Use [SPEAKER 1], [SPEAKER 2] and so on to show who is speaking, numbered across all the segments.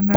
[SPEAKER 1] Mm,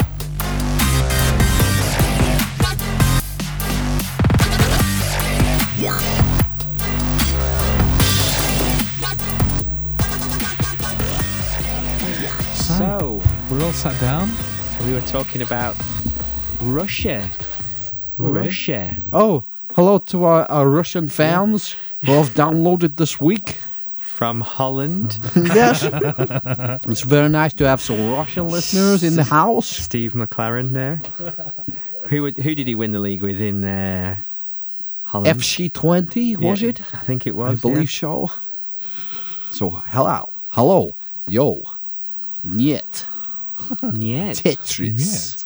[SPEAKER 2] So,
[SPEAKER 3] We're all sat down.
[SPEAKER 2] we were talking about Russia.
[SPEAKER 1] Really?
[SPEAKER 2] Russia.
[SPEAKER 1] Oh, hello to our, our Russian fans who have downloaded this week.
[SPEAKER 2] From Holland.
[SPEAKER 1] yes. it's very nice to have some Russian listeners in the house.
[SPEAKER 2] Steve McLaren there. who would- who did he win the league with in uh, Holland?
[SPEAKER 1] FC20,
[SPEAKER 2] Yeah,
[SPEAKER 1] was it?
[SPEAKER 2] I think it was.
[SPEAKER 1] I believe so. So, hello. Hello. Yo. Niet.
[SPEAKER 2] Yeah. Niet.
[SPEAKER 1] Tetris.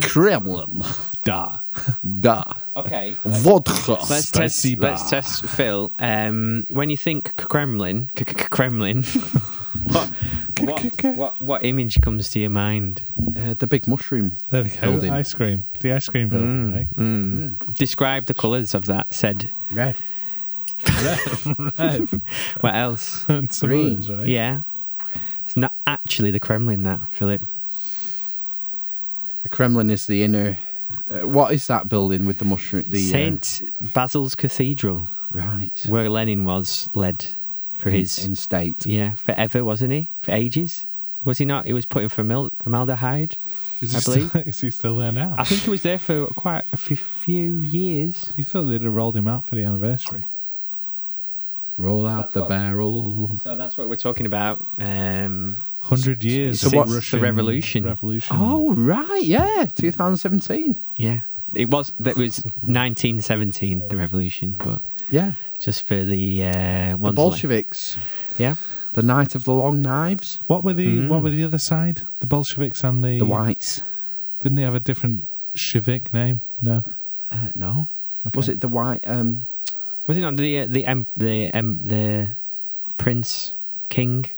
[SPEAKER 1] Kremlin.
[SPEAKER 3] da.
[SPEAKER 1] Da.
[SPEAKER 2] Okay.
[SPEAKER 1] Vodka.
[SPEAKER 2] Let's
[SPEAKER 3] Let's
[SPEAKER 2] test.
[SPEAKER 3] see
[SPEAKER 2] Let's
[SPEAKER 3] that.
[SPEAKER 2] test Phil. Um, when you think K- Kremlin, K- K- K- Kremlin, what, what, what what image comes to your mind?
[SPEAKER 1] Uh, the big mushroom.
[SPEAKER 3] There we go.
[SPEAKER 1] Building.
[SPEAKER 3] Ice cream. The ice cream building, right?
[SPEAKER 2] Describe the colours of that said.
[SPEAKER 1] Red.
[SPEAKER 3] Red.
[SPEAKER 2] What else?
[SPEAKER 3] and some
[SPEAKER 1] Green.
[SPEAKER 3] others, right?
[SPEAKER 2] yeah. It's not actually the Kremlin, that Philip.
[SPEAKER 1] The Kremlin is the inner. Uh, what is that building with the mushroom? The uh,
[SPEAKER 2] Saint Basil's Cathedral,
[SPEAKER 1] right.
[SPEAKER 2] where Lenin was led for his
[SPEAKER 1] in, in state.
[SPEAKER 2] Yeah, forever, wasn't he? For ages? Was he not? He was put in formal- formaldehyde.
[SPEAKER 3] Is
[SPEAKER 2] I
[SPEAKER 3] he, still, is he still there now?
[SPEAKER 2] I think he was there for quite a f- few years.
[SPEAKER 3] you thought they'd have rolled him out for the anniversary.
[SPEAKER 1] Roll out the
[SPEAKER 2] what-
[SPEAKER 1] barrel.
[SPEAKER 2] So that's what we're talking about. Um,
[SPEAKER 3] 100 years
[SPEAKER 2] So
[SPEAKER 3] since
[SPEAKER 2] what's the
[SPEAKER 3] Russian
[SPEAKER 2] revolution?
[SPEAKER 3] Revolution.
[SPEAKER 1] Oh right, yeah, 2017.
[SPEAKER 2] yeah, it was. That was 1917, the revolution, but
[SPEAKER 1] Yeah,
[SPEAKER 2] just for the uh,
[SPEAKER 1] the
[SPEAKER 2] ones
[SPEAKER 1] Bolsheviks,
[SPEAKER 2] like- yeah,
[SPEAKER 1] the Knight of the Long Knives,
[SPEAKER 3] What were the
[SPEAKER 2] Mm.
[SPEAKER 3] What were the other side? The Bolsheviks and the
[SPEAKER 1] the Whites.
[SPEAKER 3] Didn't they have a different Shevik name? No.
[SPEAKER 1] Uh, no, was
[SPEAKER 3] Okay.
[SPEAKER 1] it the White? Um,
[SPEAKER 2] was it not the uh, the um, the um, the prince king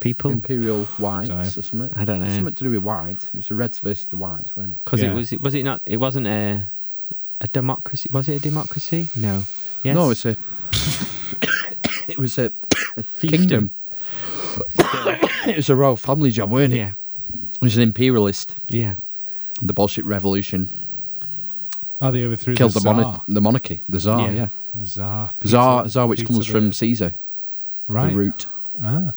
[SPEAKER 2] people?
[SPEAKER 1] Imperial Whites
[SPEAKER 3] Don't know.
[SPEAKER 1] or something?
[SPEAKER 2] I don't know.
[SPEAKER 1] Something to do with white. It was the Reds versus the Whites, wasn't it?
[SPEAKER 2] Because
[SPEAKER 3] Yeah.
[SPEAKER 2] it was was it not? It wasn't a a democracy. Was it a democracy? No. Yes.
[SPEAKER 1] No, it's a. it was a kingdom. it was a royal family job, weren't it?
[SPEAKER 2] Yeah.
[SPEAKER 1] It was an imperialist.
[SPEAKER 2] Yeah.
[SPEAKER 1] The Bolshevik Revolution
[SPEAKER 3] Oh, they overthrew
[SPEAKER 1] killed the,
[SPEAKER 3] the, Tsar.
[SPEAKER 1] mono- the monarchy, the Tsar,
[SPEAKER 2] Yeah.
[SPEAKER 1] yeah.
[SPEAKER 3] The Tsar.
[SPEAKER 1] Tsar,
[SPEAKER 3] Peter-
[SPEAKER 1] Tsar, which
[SPEAKER 3] Peter
[SPEAKER 1] comes
[SPEAKER 3] the-
[SPEAKER 1] from Caesar,
[SPEAKER 3] right.
[SPEAKER 1] the root.
[SPEAKER 3] Ah,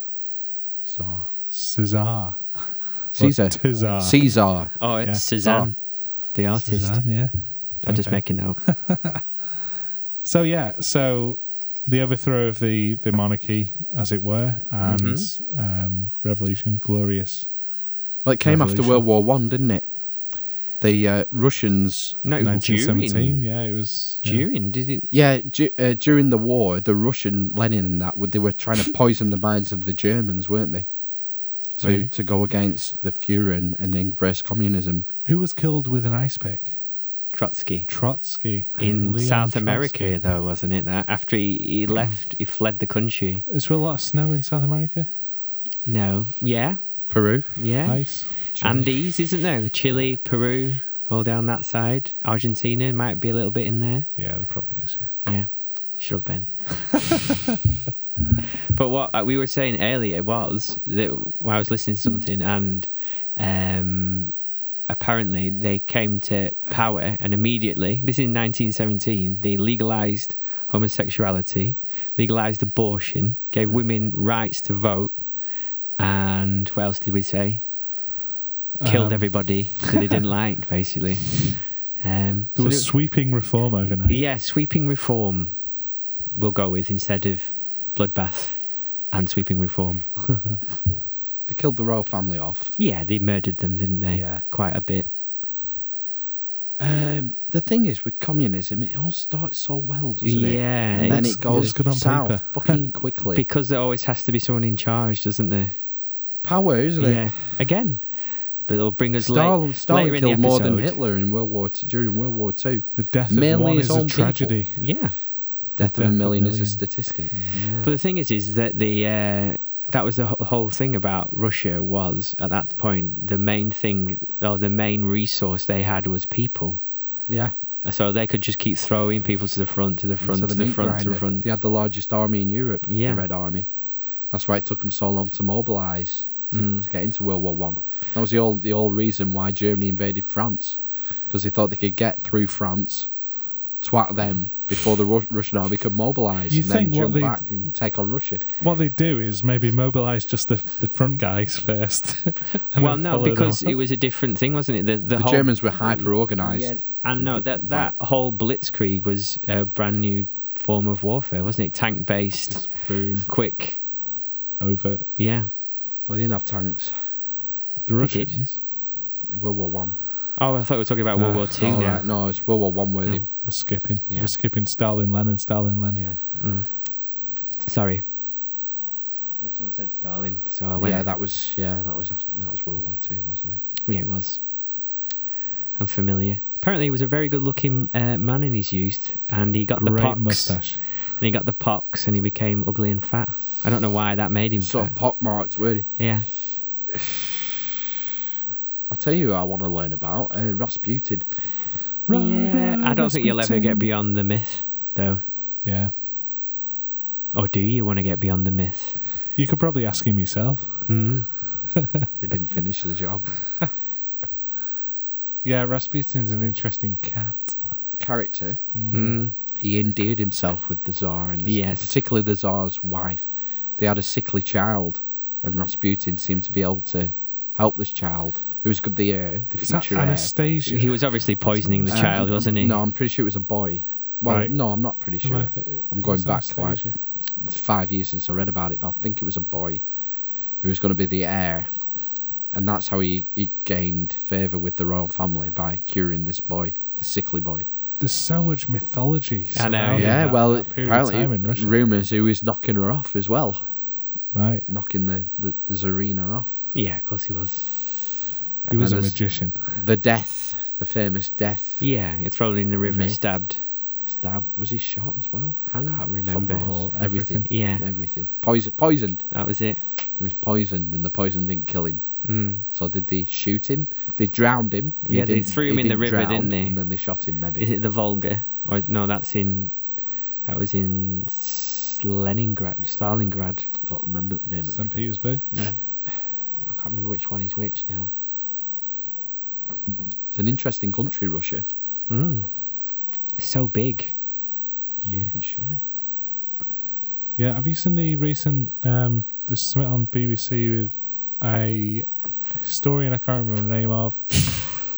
[SPEAKER 1] Tsar.
[SPEAKER 3] Caesar.
[SPEAKER 1] Caesar.
[SPEAKER 3] Caesar.
[SPEAKER 1] Caesar.
[SPEAKER 2] Oh, it's
[SPEAKER 3] Yeah.
[SPEAKER 2] Suzanne, the artist.
[SPEAKER 3] Cezanne, yeah.
[SPEAKER 2] I'm
[SPEAKER 3] Oh.
[SPEAKER 2] just
[SPEAKER 3] Okay.
[SPEAKER 2] making that up.
[SPEAKER 3] So yeah, so the overthrow of the the monarchy, as it were, and
[SPEAKER 2] Mhm.
[SPEAKER 3] um, revolution, glorious.
[SPEAKER 1] Well, it came after
[SPEAKER 3] Revolution.
[SPEAKER 1] World War One, didn't it? The uh, Russians,
[SPEAKER 2] No, it was
[SPEAKER 3] 1917.
[SPEAKER 2] during.
[SPEAKER 3] Yeah, it was. yeah.
[SPEAKER 2] During, didn't.
[SPEAKER 1] yeah, du- uh, during the war, the Russian Lenin and that, they were trying to poison the minds of the Germans, weren't they? To
[SPEAKER 2] Really?
[SPEAKER 1] to go against the Führer and, and embrace communism.
[SPEAKER 3] Who was killed with an ice pick?
[SPEAKER 2] Trotsky.
[SPEAKER 3] Trotsky
[SPEAKER 2] In
[SPEAKER 3] Leon
[SPEAKER 2] South
[SPEAKER 3] Trotsky.
[SPEAKER 2] America, though, wasn't it? That after he, he left, he fled the country.
[SPEAKER 3] Is there a lot of snow in South America?
[SPEAKER 2] No, yeah,
[SPEAKER 1] Peru,
[SPEAKER 2] yeah.
[SPEAKER 3] Ice.
[SPEAKER 2] Andes, isn't there? Chile, Peru, all down that side. Argentina might be a little bit in there.
[SPEAKER 3] Yeah, there probably is. Yeah.
[SPEAKER 2] Yeah. Shut up, Ben. but what uh, we were saying earlier was that well, I was listening to something, and um, apparently they came to power, and immediately, this is in 1917, they legalized homosexuality, legalized abortion, gave women rights to vote, and what else did we say? Killed
[SPEAKER 3] Um,
[SPEAKER 2] everybody that they didn't like, basically. Um,
[SPEAKER 3] There
[SPEAKER 2] so
[SPEAKER 3] was
[SPEAKER 2] they-
[SPEAKER 3] sweeping reform overnight.
[SPEAKER 2] yeah, sweeping reform we'll go with instead of bloodbath and sweeping reform.
[SPEAKER 1] they killed the royal family off.
[SPEAKER 2] Yeah, they murdered them, didn't they?
[SPEAKER 1] Yeah.
[SPEAKER 2] Quite a bit.
[SPEAKER 1] Um, the thing is, with communism, it all starts so well, doesn't it?
[SPEAKER 2] Yeah,
[SPEAKER 1] and then
[SPEAKER 2] it's-
[SPEAKER 1] it goes
[SPEAKER 3] looks good on
[SPEAKER 1] south
[SPEAKER 3] paper.
[SPEAKER 1] fucking quickly.
[SPEAKER 2] Because there always has to be someone in charge, doesn't there?
[SPEAKER 1] Power, isn't it?
[SPEAKER 2] Yeah. Again. But it'll bring us
[SPEAKER 1] Stalin,
[SPEAKER 2] late,
[SPEAKER 1] Stalin
[SPEAKER 2] later in the
[SPEAKER 1] killed more than
[SPEAKER 2] episode.
[SPEAKER 1] Hitler in World War Two during World War Two.
[SPEAKER 3] The death of
[SPEAKER 1] Mainly
[SPEAKER 3] one
[SPEAKER 1] his
[SPEAKER 3] is
[SPEAKER 1] own
[SPEAKER 3] a
[SPEAKER 1] people.
[SPEAKER 3] tragedy.
[SPEAKER 2] Yeah.
[SPEAKER 1] Death of a
[SPEAKER 3] Death of a
[SPEAKER 1] million is a
[SPEAKER 3] million.
[SPEAKER 1] statistic.
[SPEAKER 2] But the thing is, is that the uh, that was the wh- whole thing about Russia was at that point the main thing or the main resource they had was people.
[SPEAKER 1] Yeah.
[SPEAKER 2] So they could just keep throwing people to the front, to the front,
[SPEAKER 1] So
[SPEAKER 2] to the
[SPEAKER 1] meat
[SPEAKER 2] front, to
[SPEAKER 1] grinder.
[SPEAKER 2] the front.
[SPEAKER 1] They had the largest army in Europe,
[SPEAKER 2] Yeah.
[SPEAKER 1] the Red Army. That's why it took them so long to mobilise to,
[SPEAKER 2] Mm.
[SPEAKER 1] to get into World War One. That was the old the old reason why Germany invaded France, because they thought they could get through France, twat them before the Ru- Russian army could mobilise
[SPEAKER 3] You
[SPEAKER 1] and then
[SPEAKER 3] think what
[SPEAKER 1] jump
[SPEAKER 3] they'd-
[SPEAKER 1] back and take on Russia.
[SPEAKER 3] What they do is maybe mobilize just the the front guys first. and
[SPEAKER 2] well,
[SPEAKER 3] then
[SPEAKER 2] no,
[SPEAKER 3] follow them
[SPEAKER 2] because
[SPEAKER 3] up.
[SPEAKER 2] it was a different thing, wasn't it? The, the,
[SPEAKER 1] The,
[SPEAKER 2] whole,
[SPEAKER 1] Germans were hyper organised.
[SPEAKER 2] And no, that that whole blitzkrieg was a brand new form of warfare, wasn't it? Tank based,
[SPEAKER 3] boom
[SPEAKER 2] quick.
[SPEAKER 3] over
[SPEAKER 2] Yeah.
[SPEAKER 1] Well, they didn't have tanks
[SPEAKER 3] the
[SPEAKER 2] did.
[SPEAKER 3] Russians.
[SPEAKER 1] in World War One.
[SPEAKER 2] Oh, I thought we were talking about World
[SPEAKER 3] Ah,
[SPEAKER 2] War Two
[SPEAKER 1] Oh,
[SPEAKER 2] now.
[SPEAKER 1] right, No, it's World War One where they.
[SPEAKER 3] We're skipping.
[SPEAKER 1] Yeah.
[SPEAKER 3] We're skipping Stalin, Lenin, Stalin, Lenin.
[SPEAKER 1] Yeah.
[SPEAKER 2] Mm. Sorry. Yeah, someone said Stalin, so I went.
[SPEAKER 1] Yeah, that was yeah, that was after, that was World War Two, wasn't it?
[SPEAKER 2] Yeah, it was. I'm familiar. Apparently, he was a very good-looking uh, man in his youth, and he got
[SPEAKER 3] Great
[SPEAKER 2] the pox.
[SPEAKER 3] mustache.
[SPEAKER 2] And he got the pox, and he became ugly and fat. I don't know why that made him.
[SPEAKER 1] Sort
[SPEAKER 2] fat.
[SPEAKER 1] of pockmarked, were they?
[SPEAKER 2] yeah.
[SPEAKER 1] I'll tell you who I want to learn about uh, Rasputin.
[SPEAKER 3] Ra-
[SPEAKER 2] yeah.
[SPEAKER 3] ra-
[SPEAKER 2] I don't think you'll ever
[SPEAKER 3] Rasputin.
[SPEAKER 2] get beyond the myth, though.
[SPEAKER 3] Yeah,
[SPEAKER 2] Or do you want to get beyond the myth?
[SPEAKER 3] you could probably ask him yourself.
[SPEAKER 2] Mm.
[SPEAKER 1] They didn't finish the job.
[SPEAKER 3] Yeah, Rasputin's an interesting cat.
[SPEAKER 1] Character.
[SPEAKER 2] Mm.
[SPEAKER 1] He endeared himself with the Tsar, and the,
[SPEAKER 2] Yes.
[SPEAKER 1] particularly the Tsar's wife. They had a sickly child, and Rasputin seemed to be able to help this child, who was good the heir, the
[SPEAKER 3] Is that
[SPEAKER 1] future heir.
[SPEAKER 3] Anastasia?
[SPEAKER 2] He was obviously poisoning the
[SPEAKER 1] Um,
[SPEAKER 2] child, wasn't he?
[SPEAKER 1] No, I'm pretty sure it was a boy. Well,
[SPEAKER 3] Right.
[SPEAKER 1] no, I'm not pretty
[SPEAKER 3] Am I
[SPEAKER 1] sure.
[SPEAKER 3] th- it
[SPEAKER 1] I'm going
[SPEAKER 3] was
[SPEAKER 1] back like
[SPEAKER 3] Anastasia.
[SPEAKER 1] it's five years since I read about it, but I think it was a boy who was going to be the heir, and that's how he, he gained favour with the royal family by curing this boy, the sickly boy.
[SPEAKER 3] There's so much mythology.
[SPEAKER 2] I know.
[SPEAKER 3] surrounding
[SPEAKER 1] yeah,
[SPEAKER 2] Yeah,
[SPEAKER 3] Oh, that-
[SPEAKER 1] well,
[SPEAKER 3] that period of
[SPEAKER 1] apparently
[SPEAKER 3] time in Russia.
[SPEAKER 1] rumours who was knocking her off as well,
[SPEAKER 3] right.
[SPEAKER 1] knocking the the, the Tsarina off.
[SPEAKER 2] Yeah, of course he was.
[SPEAKER 3] He was
[SPEAKER 1] then
[SPEAKER 3] a
[SPEAKER 1] there's
[SPEAKER 3] magician.
[SPEAKER 1] The death, the famous death.
[SPEAKER 2] Yeah, he thrown in the river and
[SPEAKER 1] Myth.
[SPEAKER 2] stabbed.
[SPEAKER 1] Stab. Was he shot as well? Hanged?
[SPEAKER 2] Can't remember.
[SPEAKER 1] Fuck knows.
[SPEAKER 3] All-
[SPEAKER 1] everything.
[SPEAKER 2] everything. Yeah.
[SPEAKER 1] Everything. Poison. Poisoned.
[SPEAKER 2] That was it.
[SPEAKER 1] He was poisoned, and the poison didn't kill him.
[SPEAKER 2] Mm.
[SPEAKER 1] So did they shoot him? They drowned him. He
[SPEAKER 2] Yeah, they
[SPEAKER 1] didn't-
[SPEAKER 2] threw
[SPEAKER 1] he
[SPEAKER 2] him in the
[SPEAKER 1] didn't
[SPEAKER 2] river, didn't they?
[SPEAKER 1] And then they shot him. Maybe
[SPEAKER 2] Is it the Volga? Or no, that's in that was in S- Leningrad, Stalingrad.
[SPEAKER 1] I don't remember the name. of
[SPEAKER 3] St.
[SPEAKER 1] it.
[SPEAKER 3] Petersburg.
[SPEAKER 2] Yeah. I can't remember which one is which now.
[SPEAKER 1] It's an interesting country, Russia.
[SPEAKER 2] Mm. So big.
[SPEAKER 1] Huge. Yeah.
[SPEAKER 3] Yeah, have you seen the recent um the summit on BBC with a historian I can't remember the name of?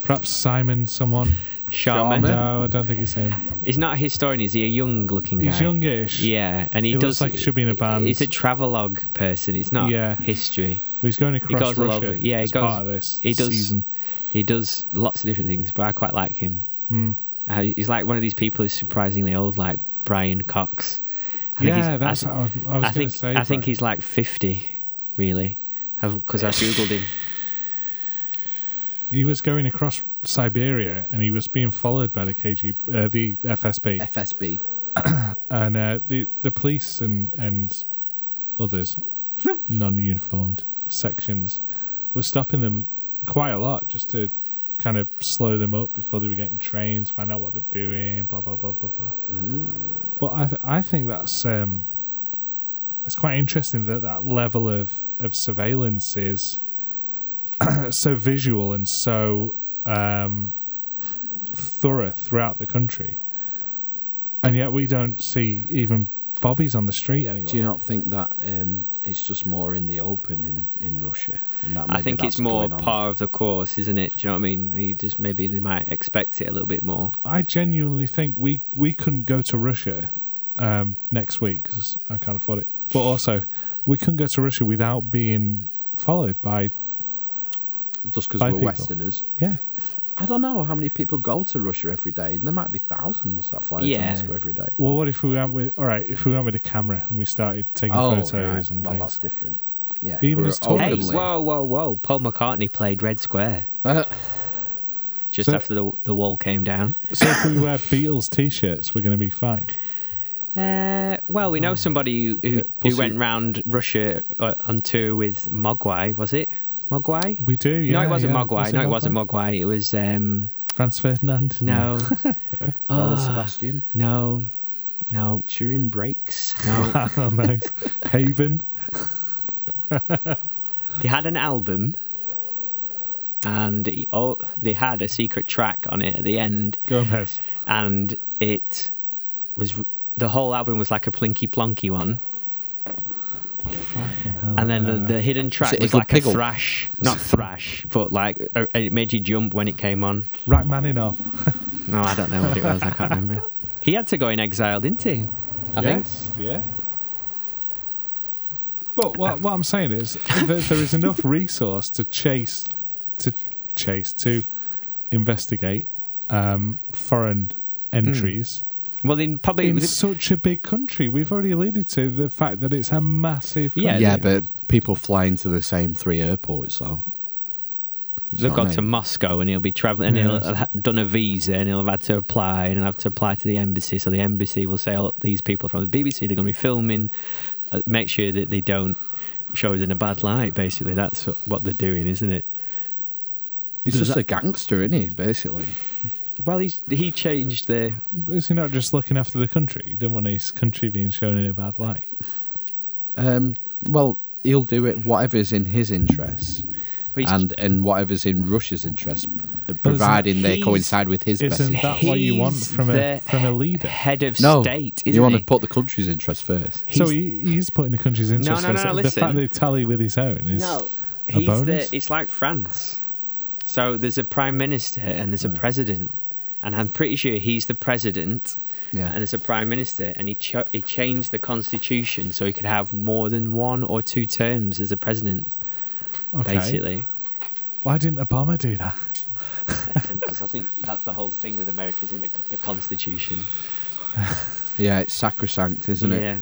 [SPEAKER 3] Perhaps Simon someone.
[SPEAKER 2] Sharma.
[SPEAKER 1] Sharma?
[SPEAKER 3] No, I don't think it's him.
[SPEAKER 2] He's not a historian, is he? A young looking guy.
[SPEAKER 3] He's youngish.
[SPEAKER 2] Yeah, and he
[SPEAKER 3] He looks
[SPEAKER 2] does
[SPEAKER 3] like he should be in a band.
[SPEAKER 2] He's a travelogue person. He's not
[SPEAKER 3] Yeah.
[SPEAKER 2] history.
[SPEAKER 3] But he's going across
[SPEAKER 2] goes all
[SPEAKER 3] Russia.
[SPEAKER 2] over. Yeah, he
[SPEAKER 3] as
[SPEAKER 2] goes-
[SPEAKER 3] part of this
[SPEAKER 2] he does-
[SPEAKER 3] season.
[SPEAKER 2] He does lots of different things, but I quite like him.
[SPEAKER 3] Mm.
[SPEAKER 2] Uh, he's like one of these people who's surprisingly old, like Brian Cox. think he's-
[SPEAKER 3] Yeah, that's what I was, I was
[SPEAKER 2] I
[SPEAKER 3] going
[SPEAKER 2] think
[SPEAKER 3] to say.
[SPEAKER 2] I think
[SPEAKER 3] Brian.
[SPEAKER 2] he's like fifty, really, because I googled him.
[SPEAKER 3] he was going across Siberia and he was being followed by the KG, uh, the FSB,
[SPEAKER 1] FSB.
[SPEAKER 3] and uh, the the police and and others, non-uniformed sections, were stopping them quite a lot just to kind of slow them up before they were getting trains, find out what they're doing, blah blah blah blah blah. But I th- I think that's um, it's quite interesting that that level of of surveillance is so visual and so um, thorough throughout the country, and yet we don't see even bobbies on the street anymore.
[SPEAKER 1] Do you not think that um, it's just more in the open in, in Russia? And that
[SPEAKER 2] I
[SPEAKER 1] maybe
[SPEAKER 2] think it's
[SPEAKER 1] that's
[SPEAKER 2] more
[SPEAKER 1] going on?
[SPEAKER 2] par of the course, isn't it? Do you know what I mean? You just maybe they might expect it a little bit more.
[SPEAKER 3] I genuinely think we we couldn't go to Russia um, next week because I can't afford it. But also, we couldn't go to Russia without being followed by
[SPEAKER 1] just because
[SPEAKER 3] by
[SPEAKER 1] we're
[SPEAKER 3] people.
[SPEAKER 1] Westerners.
[SPEAKER 3] yeah.
[SPEAKER 1] I don't know how many people go to Russia every day, and there might be thousands that fly
[SPEAKER 2] Yeah.
[SPEAKER 1] to Moscow every day.
[SPEAKER 3] Well, what if we went with all right? If we went with a camera and we started taking
[SPEAKER 2] Oh,
[SPEAKER 3] photos
[SPEAKER 1] Oh, right.
[SPEAKER 3] and
[SPEAKER 1] well, that's
[SPEAKER 3] things.
[SPEAKER 1] different. Yeah,
[SPEAKER 3] Even
[SPEAKER 1] we're
[SPEAKER 3] as tourists.
[SPEAKER 2] Hey,
[SPEAKER 1] openly-
[SPEAKER 2] whoa, whoa, whoa! Paul McCartney played Red Square
[SPEAKER 1] Uh,
[SPEAKER 2] just
[SPEAKER 3] So-
[SPEAKER 2] after the the wall came down.
[SPEAKER 3] So if we wear Beatles t-shirts, we're going to be fine.
[SPEAKER 2] Uh, well, we
[SPEAKER 3] Ah.
[SPEAKER 2] know somebody who, who,
[SPEAKER 1] Pussy.
[SPEAKER 2] who went round Russia uh, on tour with Mogwai, was it? Mogwai?
[SPEAKER 3] We do, yeah.
[SPEAKER 2] no, it wasn't
[SPEAKER 3] yeah.
[SPEAKER 2] Mogwai.
[SPEAKER 3] Was
[SPEAKER 2] no, it wasn't Mogwai. It was, um,
[SPEAKER 3] Franz Ferdinand?
[SPEAKER 2] no.
[SPEAKER 1] Well,
[SPEAKER 2] Ah,
[SPEAKER 1] Sebastian,
[SPEAKER 2] no, no,
[SPEAKER 1] Turing breaks.
[SPEAKER 2] no.
[SPEAKER 3] oh, nice. Haven.
[SPEAKER 2] they had an album and it- oh, they had a secret track on it at the end.
[SPEAKER 3] Gomez.
[SPEAKER 2] and it was the whole album was like a plinky plonky one. And then the, the hidden track
[SPEAKER 1] it
[SPEAKER 2] was
[SPEAKER 1] Iggle
[SPEAKER 2] like
[SPEAKER 1] Piggle?
[SPEAKER 2] a thrash, not thrash, but like uh, it made you jump when it came on.
[SPEAKER 3] Rachmaninoff.
[SPEAKER 2] No, I don't know what it was. I can't remember. He had to go in exile, didn't he? I think.
[SPEAKER 3] yes, yeah. But what, what I'm saying is that there is enough resource to chase, to chase, to investigate um, foreign entries
[SPEAKER 2] Well, then probably
[SPEAKER 3] in
[SPEAKER 2] was Hmm. it-
[SPEAKER 3] such a big country. We've already alluded to the fact that it's a massive.
[SPEAKER 2] Yeah,
[SPEAKER 3] country.
[SPEAKER 2] Yeah,
[SPEAKER 1] Yeah, but people fly into the same three airports, though.
[SPEAKER 2] they've got to Moscow, and he'll be traveling, and he'll
[SPEAKER 3] Yes.
[SPEAKER 2] have had done a visa, and he'll have had to apply, and he'll have to apply to the embassy. So the embassy will say, "Oh, these people are from the BBC. They're going to be filming. Uh, make sure that they don't show us in a bad light." Basically, that's what they're doing, isn't it?
[SPEAKER 1] He's
[SPEAKER 2] Does
[SPEAKER 1] just a gangster, isn't he? Basically,
[SPEAKER 2] Well, he's he changed the.
[SPEAKER 3] Is he not just looking after the country? He didn't want his country being shown in a bad light.
[SPEAKER 1] um, well, he'll do it whatever's in his interests,
[SPEAKER 2] He's,
[SPEAKER 1] and and whatever's in Russia's interest,
[SPEAKER 3] isn't-
[SPEAKER 1] providing they
[SPEAKER 2] he's-
[SPEAKER 1] coincide with his best.
[SPEAKER 3] Isn't that what you want
[SPEAKER 2] he's
[SPEAKER 3] from a
[SPEAKER 2] the
[SPEAKER 3] from a leader?
[SPEAKER 2] head of
[SPEAKER 1] No,
[SPEAKER 2] state, isn't
[SPEAKER 1] you want
[SPEAKER 2] he?
[SPEAKER 1] to put the country's interest first.
[SPEAKER 3] so
[SPEAKER 2] He's-
[SPEAKER 3] he, he's putting the country's interest
[SPEAKER 2] no, no,
[SPEAKER 3] first.
[SPEAKER 2] no,
[SPEAKER 3] the fact
[SPEAKER 2] listen.
[SPEAKER 3] that they tally with his own is
[SPEAKER 2] No,
[SPEAKER 3] a
[SPEAKER 2] he's
[SPEAKER 3] bonus.
[SPEAKER 2] the. It's like France. So there's a prime minister and there's a president, and I'm pretty sure he's the president.
[SPEAKER 1] Yeah.
[SPEAKER 2] And there's a prime minister, and he ch- he changed the constitution so he could have more than one or two terms as a president,
[SPEAKER 3] Okay.
[SPEAKER 2] basically.
[SPEAKER 3] Why didn't Obama do that?
[SPEAKER 2] Because I think that's the whole thing with America, isn't it? The constitution.
[SPEAKER 1] Yeah, it's sacrosanct, isn't it?
[SPEAKER 2] Yeah.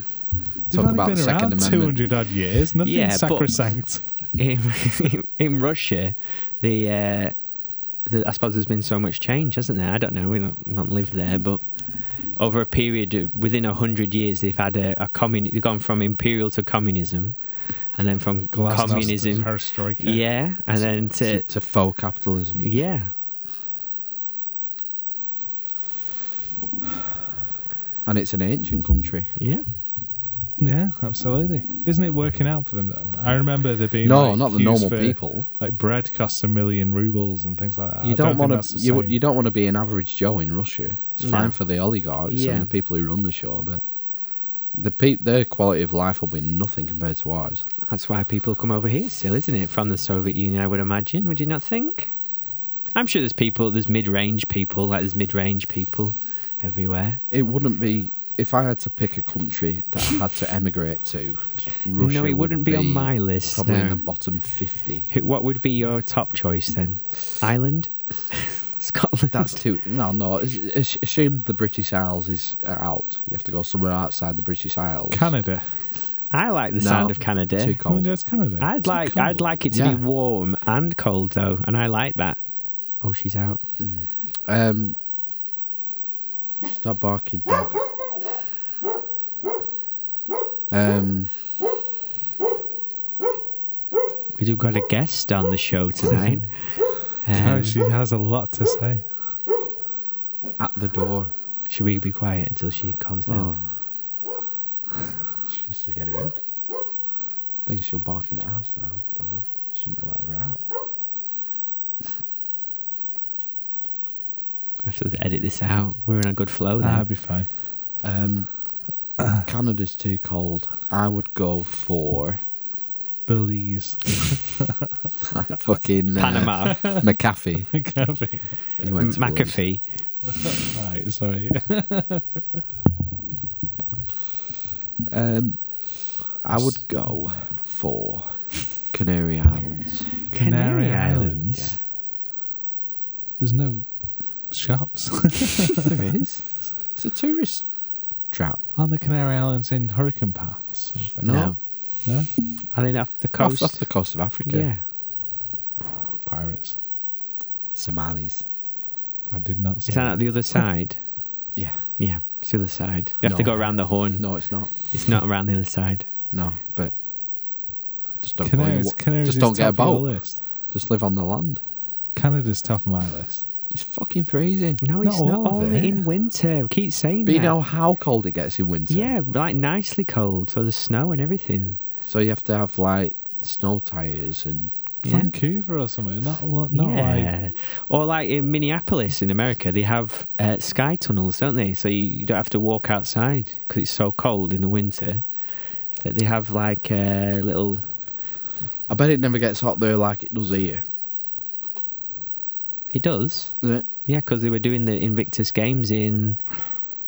[SPEAKER 3] They've
[SPEAKER 1] Talk
[SPEAKER 3] only
[SPEAKER 1] about
[SPEAKER 3] been
[SPEAKER 1] the Second
[SPEAKER 3] around
[SPEAKER 1] Amendment.
[SPEAKER 3] 200 odd years. Nothing
[SPEAKER 2] Yeah, but-
[SPEAKER 3] sacrosanct.
[SPEAKER 2] in, in Russia, the, uh, the I suppose there's been so much change, hasn't there? I don't know. We don't not live there, but over a period of, within a hundred years, they've had a, a communi- They've gone from imperial to communism, and then from
[SPEAKER 3] Glasnost,
[SPEAKER 2] communism,
[SPEAKER 3] Perestroika.
[SPEAKER 2] yeah, and then to
[SPEAKER 1] To, to faux capitalism.
[SPEAKER 2] yeah.
[SPEAKER 1] And it's an ancient country.
[SPEAKER 2] Yeah,
[SPEAKER 3] Yeah, absolutely. Isn't it working out for them, though? I remember there being.
[SPEAKER 1] No,
[SPEAKER 3] like,
[SPEAKER 1] not the
[SPEAKER 3] queues
[SPEAKER 1] normal
[SPEAKER 3] for-
[SPEAKER 1] people.
[SPEAKER 3] Like, bread costs a million rubles and things like that.
[SPEAKER 1] You don't, want to. You, you
[SPEAKER 3] don't.
[SPEAKER 1] don't want to be an average Joe in Russia. It's
[SPEAKER 2] No.
[SPEAKER 1] fine for the oligarchs
[SPEAKER 2] Yeah.
[SPEAKER 1] and the people who run the show, but the pe- their quality of life will be nothing compared to ours.
[SPEAKER 2] that's why people come over here still, isn't it? From the Soviet Union, I would imagine. Would you not think? I'm sure there's people. There's mid-range people. Like there's mid-range people everywhere.
[SPEAKER 1] It wouldn't be if I had to pick a country that I had to emigrate to. Russia
[SPEAKER 2] no, it
[SPEAKER 1] would
[SPEAKER 2] wouldn't be, on my list.
[SPEAKER 1] Probably in
[SPEAKER 2] no.
[SPEAKER 1] the bottom fifty.
[SPEAKER 2] Who- What would be your top choice then? Ireland, Scotland.
[SPEAKER 1] That's too. No, no. as- as- Assume the British Isles is out. You have to go somewhere outside the British Isles.
[SPEAKER 3] Canada.
[SPEAKER 2] I like the
[SPEAKER 1] No,
[SPEAKER 2] sound of Canada.
[SPEAKER 1] Too
[SPEAKER 3] Come on,
[SPEAKER 1] cold.
[SPEAKER 3] guys, Canada.
[SPEAKER 2] I'd
[SPEAKER 3] Too
[SPEAKER 2] like
[SPEAKER 3] cold.
[SPEAKER 2] I'd like it to
[SPEAKER 1] Yeah.
[SPEAKER 2] be warm and cold though, and I like that. Oh, she's out.
[SPEAKER 1] Um, stop barking, dog. Um,
[SPEAKER 2] We've got a guest on the show tonight.
[SPEAKER 3] Oh,
[SPEAKER 2] Um,
[SPEAKER 3] she has a lot to say.
[SPEAKER 1] at the door.
[SPEAKER 2] should we be quiet until she calms down?
[SPEAKER 1] Oh. She needs to get her in. I think she'll bark in the house now, probably. Shouldn't have let her out.
[SPEAKER 2] I have to edit this out. We're in a good flow there.
[SPEAKER 3] That'd be fine.
[SPEAKER 1] Um, Canada's too cold. I would go for
[SPEAKER 3] Belize.
[SPEAKER 1] fucking uh,
[SPEAKER 2] Panama,
[SPEAKER 1] McAfee.
[SPEAKER 3] Can't be.
[SPEAKER 1] He went to Belize.
[SPEAKER 2] McAfee.
[SPEAKER 3] Right, sorry.
[SPEAKER 1] Um, I would go for Canary Islands.
[SPEAKER 2] Canary,
[SPEAKER 3] Canary
[SPEAKER 2] Islands.
[SPEAKER 3] Islands. There's no shops
[SPEAKER 1] there is. It's a tourist trap.
[SPEAKER 3] on the Canary Islands in hurricane paths. and things.
[SPEAKER 1] No.
[SPEAKER 2] No.
[SPEAKER 3] No?
[SPEAKER 2] I think off the
[SPEAKER 1] Off-
[SPEAKER 2] coast.
[SPEAKER 1] Off, the coast of Africa.
[SPEAKER 2] Yeah.
[SPEAKER 3] Pirates.
[SPEAKER 1] Somalis.
[SPEAKER 3] I did not say.
[SPEAKER 2] Is that at the other side?
[SPEAKER 1] Yeah.
[SPEAKER 2] Yeah, it's the other side. You have to
[SPEAKER 1] No.
[SPEAKER 2] go around the horn.
[SPEAKER 1] No, it's not.
[SPEAKER 2] It's not around the other side.
[SPEAKER 1] No, but just don't. buy
[SPEAKER 3] Canaries,
[SPEAKER 1] wa-
[SPEAKER 3] Canaries
[SPEAKER 1] just
[SPEAKER 3] is
[SPEAKER 1] don't get a
[SPEAKER 3] top of your
[SPEAKER 1] boat.
[SPEAKER 3] List.
[SPEAKER 1] Just live on the land.
[SPEAKER 3] Canada's top of my list.
[SPEAKER 1] It's fucking freezing.
[SPEAKER 2] No,
[SPEAKER 3] Not
[SPEAKER 2] it's not
[SPEAKER 3] all of
[SPEAKER 2] only
[SPEAKER 3] it.
[SPEAKER 2] in winter. We keep saying
[SPEAKER 1] But you
[SPEAKER 2] that.
[SPEAKER 1] know how cold it gets in winter.
[SPEAKER 2] yeah, like nicely cold. So there's snow and everything.
[SPEAKER 1] So you have to have like snow tires and
[SPEAKER 2] Yeah.
[SPEAKER 3] Vancouver or something. Not not like
[SPEAKER 2] yeah. or like in Minneapolis in America, they have uh, sky tunnels, don't they? So you, you don't have to walk outside because it's so cold in the winter that they have like uh, little.
[SPEAKER 1] I bet it never gets hot there like it does here.
[SPEAKER 2] It does,
[SPEAKER 1] Is it?
[SPEAKER 2] yeah, because they were doing the Invictus Games in,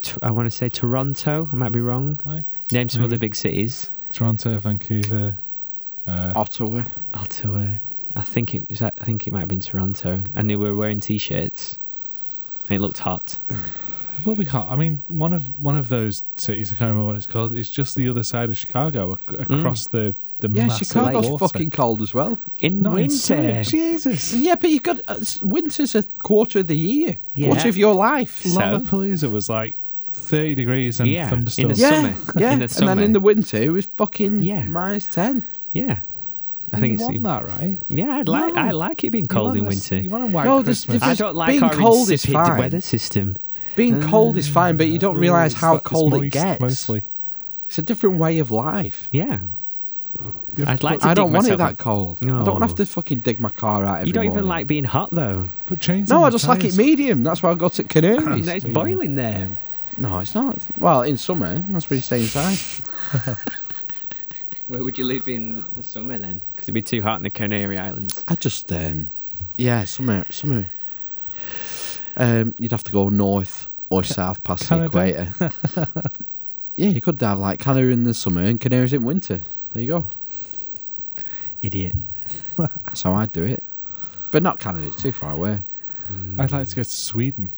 [SPEAKER 2] T- I want to say Toronto. I might be wrong.
[SPEAKER 3] Aye.
[SPEAKER 2] Name some other
[SPEAKER 3] Maybe.
[SPEAKER 2] big cities.
[SPEAKER 3] Toronto, Vancouver. Uh,
[SPEAKER 1] Ottawa.
[SPEAKER 2] Ottawa. I think it was. I think it might have been Toronto, and they were wearing t-shirts. And it looked hot.
[SPEAKER 3] it will be hot. I mean, one of one of those cities. I can't remember what it's called. It's just the other side of Chicago, ac- across the the
[SPEAKER 1] Mm. Yeah,
[SPEAKER 3] massive
[SPEAKER 1] Chicago's
[SPEAKER 3] water.
[SPEAKER 1] fucking cold as well.
[SPEAKER 2] In
[SPEAKER 3] Not in
[SPEAKER 2] winter,
[SPEAKER 3] summer. Jesus.
[SPEAKER 1] Yeah, but you've got uh, s- winter's a quarter of the year.
[SPEAKER 2] Yeah.
[SPEAKER 1] Quarter of your life.
[SPEAKER 2] So-
[SPEAKER 3] Lollapalooza was like thirty degrees and
[SPEAKER 2] Yeah, in the
[SPEAKER 3] thunderstorms.
[SPEAKER 2] sun.
[SPEAKER 1] yeah,
[SPEAKER 2] summer.
[SPEAKER 1] yeah.
[SPEAKER 2] In the
[SPEAKER 1] And
[SPEAKER 2] summer.
[SPEAKER 1] then in the winter, it was fucking
[SPEAKER 2] Yeah.
[SPEAKER 1] minus ten.
[SPEAKER 2] yeah, I
[SPEAKER 3] You
[SPEAKER 2] think it's
[SPEAKER 3] want
[SPEAKER 2] even-
[SPEAKER 3] that, right?
[SPEAKER 2] Yeah, I'd like
[SPEAKER 3] No.
[SPEAKER 2] I like it being cold
[SPEAKER 3] You
[SPEAKER 2] in
[SPEAKER 3] want this-
[SPEAKER 2] winter.
[SPEAKER 3] You want a white
[SPEAKER 1] No, there's
[SPEAKER 3] Christmas.
[SPEAKER 2] I
[SPEAKER 1] different-
[SPEAKER 2] don't like
[SPEAKER 1] being
[SPEAKER 2] our
[SPEAKER 1] cold is
[SPEAKER 2] insipid
[SPEAKER 1] fine.
[SPEAKER 2] weather system.
[SPEAKER 1] Being cold is fine, but you don't realise
[SPEAKER 3] Uh, It's
[SPEAKER 1] how
[SPEAKER 3] like- it's
[SPEAKER 1] cold it
[SPEAKER 3] moist
[SPEAKER 1] gets.
[SPEAKER 3] Mostly,
[SPEAKER 1] It's a different way of life.
[SPEAKER 2] Yeah,
[SPEAKER 3] You have
[SPEAKER 2] I'd
[SPEAKER 3] to
[SPEAKER 2] like
[SPEAKER 3] put,
[SPEAKER 2] to
[SPEAKER 1] I don't
[SPEAKER 2] dig
[SPEAKER 1] want it
[SPEAKER 2] myself
[SPEAKER 1] that
[SPEAKER 2] up.
[SPEAKER 1] cold. I
[SPEAKER 2] No.
[SPEAKER 1] don't have to fucking dig my car out every
[SPEAKER 2] you don't even
[SPEAKER 1] morning.
[SPEAKER 2] like being hot though.
[SPEAKER 3] put chains.
[SPEAKER 1] No,
[SPEAKER 3] on
[SPEAKER 1] I
[SPEAKER 3] your
[SPEAKER 1] just like it
[SPEAKER 3] tyres.
[SPEAKER 1] medium. That's why I go to Canaries.
[SPEAKER 2] No, it's
[SPEAKER 3] Yeah.
[SPEAKER 2] boiling there.
[SPEAKER 1] No, it's not. Well, in summer, that's where you stay inside.
[SPEAKER 2] Where would you live in the summer then? Because it'd be too hot in the Canary Islands.
[SPEAKER 1] I just, um, yeah, summer, summer. Um, you'd have to go north or south past
[SPEAKER 3] Canada.
[SPEAKER 1] the equator. yeah, you could have like Canada in the summer and Canaries in winter. There you go.
[SPEAKER 2] Idiot.
[SPEAKER 1] That's how I'd do it. But not Canada, it's too far away.
[SPEAKER 3] I'd like to go to Sweden.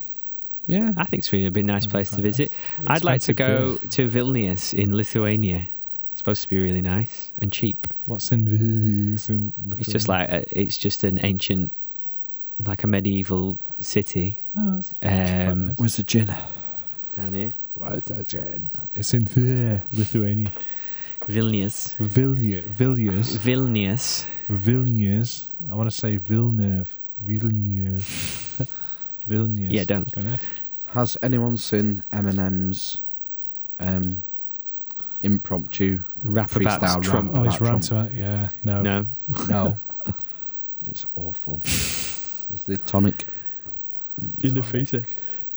[SPEAKER 1] Yeah.
[SPEAKER 2] I think Sweden would be a nice place to
[SPEAKER 3] quite
[SPEAKER 2] visit.
[SPEAKER 3] nice.
[SPEAKER 2] I'd like to go
[SPEAKER 3] Expensive
[SPEAKER 2] to Vilnius in Lithuania. It's supposed to be really nice and cheap.
[SPEAKER 3] What's in this? In
[SPEAKER 2] It's just
[SPEAKER 3] Lithuania?
[SPEAKER 2] like a, it's just an ancient, like a medieval city
[SPEAKER 3] Oh, that's-
[SPEAKER 2] Um,
[SPEAKER 3] that's quite nice.
[SPEAKER 1] Where's the gin?
[SPEAKER 2] down here.
[SPEAKER 3] What's that, Jen? It's in Vir- Lithuania.
[SPEAKER 2] Vilnius,
[SPEAKER 3] Vilnius. Vilnius.
[SPEAKER 2] Vilnius.
[SPEAKER 3] Vilnius. I want to say Villeneuve. Vilnius. Vilnius.
[SPEAKER 2] Yeah, don't.
[SPEAKER 3] Go next.
[SPEAKER 1] Has anyone seen Eminem's um, impromptu
[SPEAKER 2] Rap about
[SPEAKER 1] freestyle
[SPEAKER 2] Trump.
[SPEAKER 3] Oh, he's
[SPEAKER 1] about
[SPEAKER 3] ran to it. Yeah. No.
[SPEAKER 2] No,
[SPEAKER 1] No. it's awful. It's the tonic.
[SPEAKER 2] in the freezer.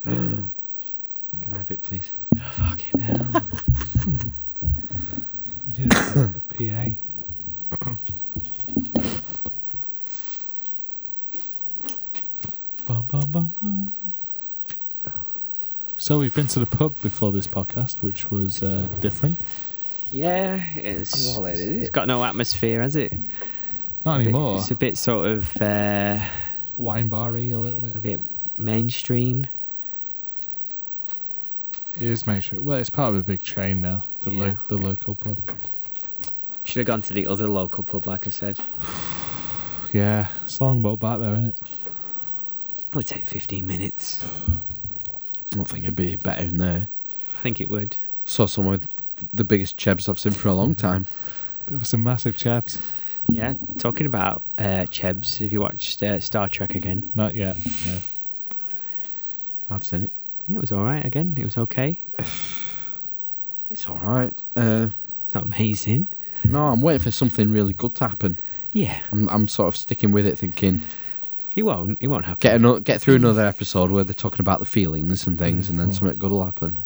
[SPEAKER 1] Can I have it, please?
[SPEAKER 2] Oh, Fucking hell.
[SPEAKER 3] We need a, a PA. bum, bum, bum, bum. So we've been to the pub before this podcast, which was uh, different.
[SPEAKER 2] Yeah, it's,
[SPEAKER 1] Well, it is.
[SPEAKER 2] it's got no atmosphere, has it?
[SPEAKER 3] Not anymore.
[SPEAKER 2] It's a bit sort of uh,
[SPEAKER 3] Wine bar-y a little
[SPEAKER 2] a
[SPEAKER 3] bit.
[SPEAKER 2] bit mainstream.
[SPEAKER 3] It is mainstream. Well, it's part of a big chain now. The
[SPEAKER 2] Yeah.
[SPEAKER 3] lo- the local pub.
[SPEAKER 2] Should have gone to the other local pub, like I said.
[SPEAKER 3] Yeah, it's a long boat back though, isn't it?
[SPEAKER 2] It'll take 15 minutes.
[SPEAKER 1] I don't think it'd be better in there.
[SPEAKER 2] I think it would.
[SPEAKER 1] Saw someone with the biggest chebs I've seen for a long time.
[SPEAKER 3] There were some massive chats.
[SPEAKER 2] Yeah, talking about uh, Chebs, have you watched uh, Star Trek again?
[SPEAKER 3] Not yet. No.
[SPEAKER 1] I've seen it.
[SPEAKER 2] Yeah, it was all right again. It was okay.
[SPEAKER 1] It's all right. Uh,
[SPEAKER 2] It's not amazing.
[SPEAKER 1] no, I'm waiting for something really good to happen.
[SPEAKER 2] Yeah,
[SPEAKER 1] I'm, I'm sort of sticking with it, thinking
[SPEAKER 2] it won't. It won't happen.
[SPEAKER 1] get another, get through another episode where they're talking about the feelings and things,
[SPEAKER 3] Mm-hmm.
[SPEAKER 1] and then something good will happen.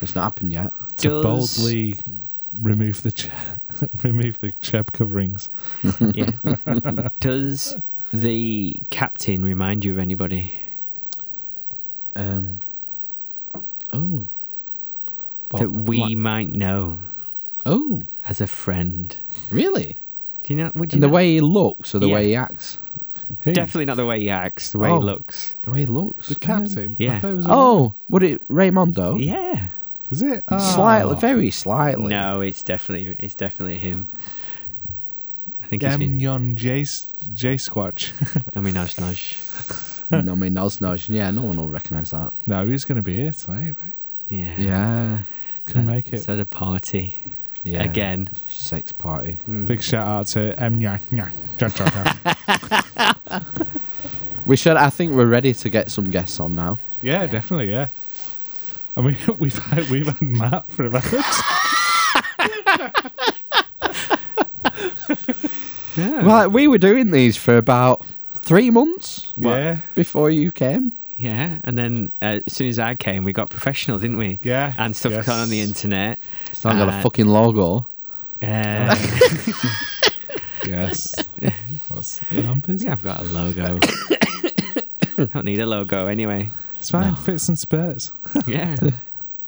[SPEAKER 1] It's not happened yet.
[SPEAKER 3] To
[SPEAKER 2] Does-
[SPEAKER 3] boldly remove the ch- remove the cheb coverings.
[SPEAKER 2] yeah. Does the captain remind you of anybody?
[SPEAKER 1] Um, oh, What,
[SPEAKER 2] that we
[SPEAKER 1] like-
[SPEAKER 2] might know
[SPEAKER 1] oh,
[SPEAKER 2] as a friend.
[SPEAKER 1] really?
[SPEAKER 2] Do you know? Would you
[SPEAKER 1] And the
[SPEAKER 2] know?
[SPEAKER 1] way he looks, or the
[SPEAKER 2] Yeah.
[SPEAKER 1] way he acts,
[SPEAKER 3] Hey,
[SPEAKER 2] definitely not the way he acts, the way
[SPEAKER 1] Oh.
[SPEAKER 2] he looks.
[SPEAKER 1] the way he looks.
[SPEAKER 3] the captain. I
[SPEAKER 2] Yeah.
[SPEAKER 3] thought it was a-
[SPEAKER 1] Oh, would it Raymondo?
[SPEAKER 2] Yeah. Oh.
[SPEAKER 3] is it Ah.
[SPEAKER 1] Slightly, very slightly.
[SPEAKER 2] No, it's definitely it's definitely him. I think it's
[SPEAKER 3] Damn
[SPEAKER 2] been
[SPEAKER 3] yon J J Squatch.
[SPEAKER 2] I mean nosh nosh.
[SPEAKER 1] Nummy Nos Nos. Yeah, no one will recognise that.
[SPEAKER 3] No, he's going to be here tonight, right?
[SPEAKER 2] Yeah.
[SPEAKER 1] Yeah.
[SPEAKER 3] Can make it.
[SPEAKER 2] It's at a party
[SPEAKER 1] Yeah.
[SPEAKER 2] again. Hmm.
[SPEAKER 1] Sex party.
[SPEAKER 3] Big shout out to M. Nya- Nya- Nya- Nya- Nya.
[SPEAKER 1] We should. I think we're ready to get some guests on now.
[SPEAKER 3] yeah, definitely, yeah. And we, we've had, we've had Matt for about
[SPEAKER 1] Well, we were doing these for about three months
[SPEAKER 3] yeah,
[SPEAKER 1] before you came.
[SPEAKER 2] Yeah, and then uh, as soon as I came, we got professional, didn't we?
[SPEAKER 3] yeah,
[SPEAKER 2] And stuff
[SPEAKER 3] yes.
[SPEAKER 2] got on the internet.
[SPEAKER 1] Still got a
[SPEAKER 2] Uh,
[SPEAKER 1] fucking logo.
[SPEAKER 2] Uh,
[SPEAKER 3] Yes, That's- I'm busy.
[SPEAKER 2] yeah, I've got a logo. Don't need a logo anyway.
[SPEAKER 3] It's fine. Fits and spurts.
[SPEAKER 2] Yeah.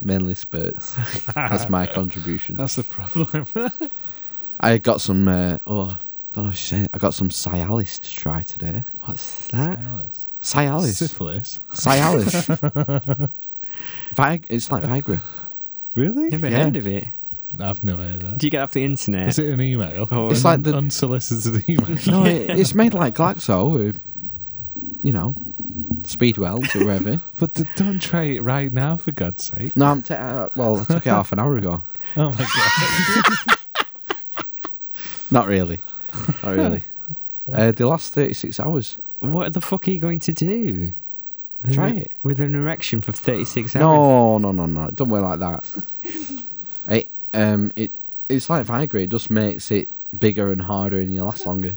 [SPEAKER 1] Mainly spurts. That's my contribution.
[SPEAKER 3] That's the problem.
[SPEAKER 1] I got some. Uh, oh, don't know. Shit. I got some Cialis to try today.
[SPEAKER 2] What's that?
[SPEAKER 1] Cialis.
[SPEAKER 3] Syphilis.
[SPEAKER 1] Cialis. Vig- it's like Viagra.
[SPEAKER 3] Really?
[SPEAKER 2] Never
[SPEAKER 1] Yeah.
[SPEAKER 2] heard of it.
[SPEAKER 3] I've never heard of that.
[SPEAKER 2] Do you get off the internet?
[SPEAKER 3] Is it an email?
[SPEAKER 2] Oh,
[SPEAKER 1] It's
[SPEAKER 3] An
[SPEAKER 1] like the-
[SPEAKER 3] unsolicited email.
[SPEAKER 1] No, it, it's made like Glaxo, or, you know, Speedwells or whatever.
[SPEAKER 3] But th- don't try it right now, for God's sake.
[SPEAKER 1] No, I'm. T- uh, well, I took it half an hour ago.
[SPEAKER 3] Oh my God.
[SPEAKER 1] Not really. Not really. Uh, the last 36 hours.
[SPEAKER 2] What the fuck are you going to do? With
[SPEAKER 1] Try
[SPEAKER 2] an-
[SPEAKER 1] it.
[SPEAKER 2] With an erection for 36 hours?
[SPEAKER 1] No, no, no, no. Don't work like that. it, um, it, it's like Viagra. It just makes it bigger and harder and you last longer.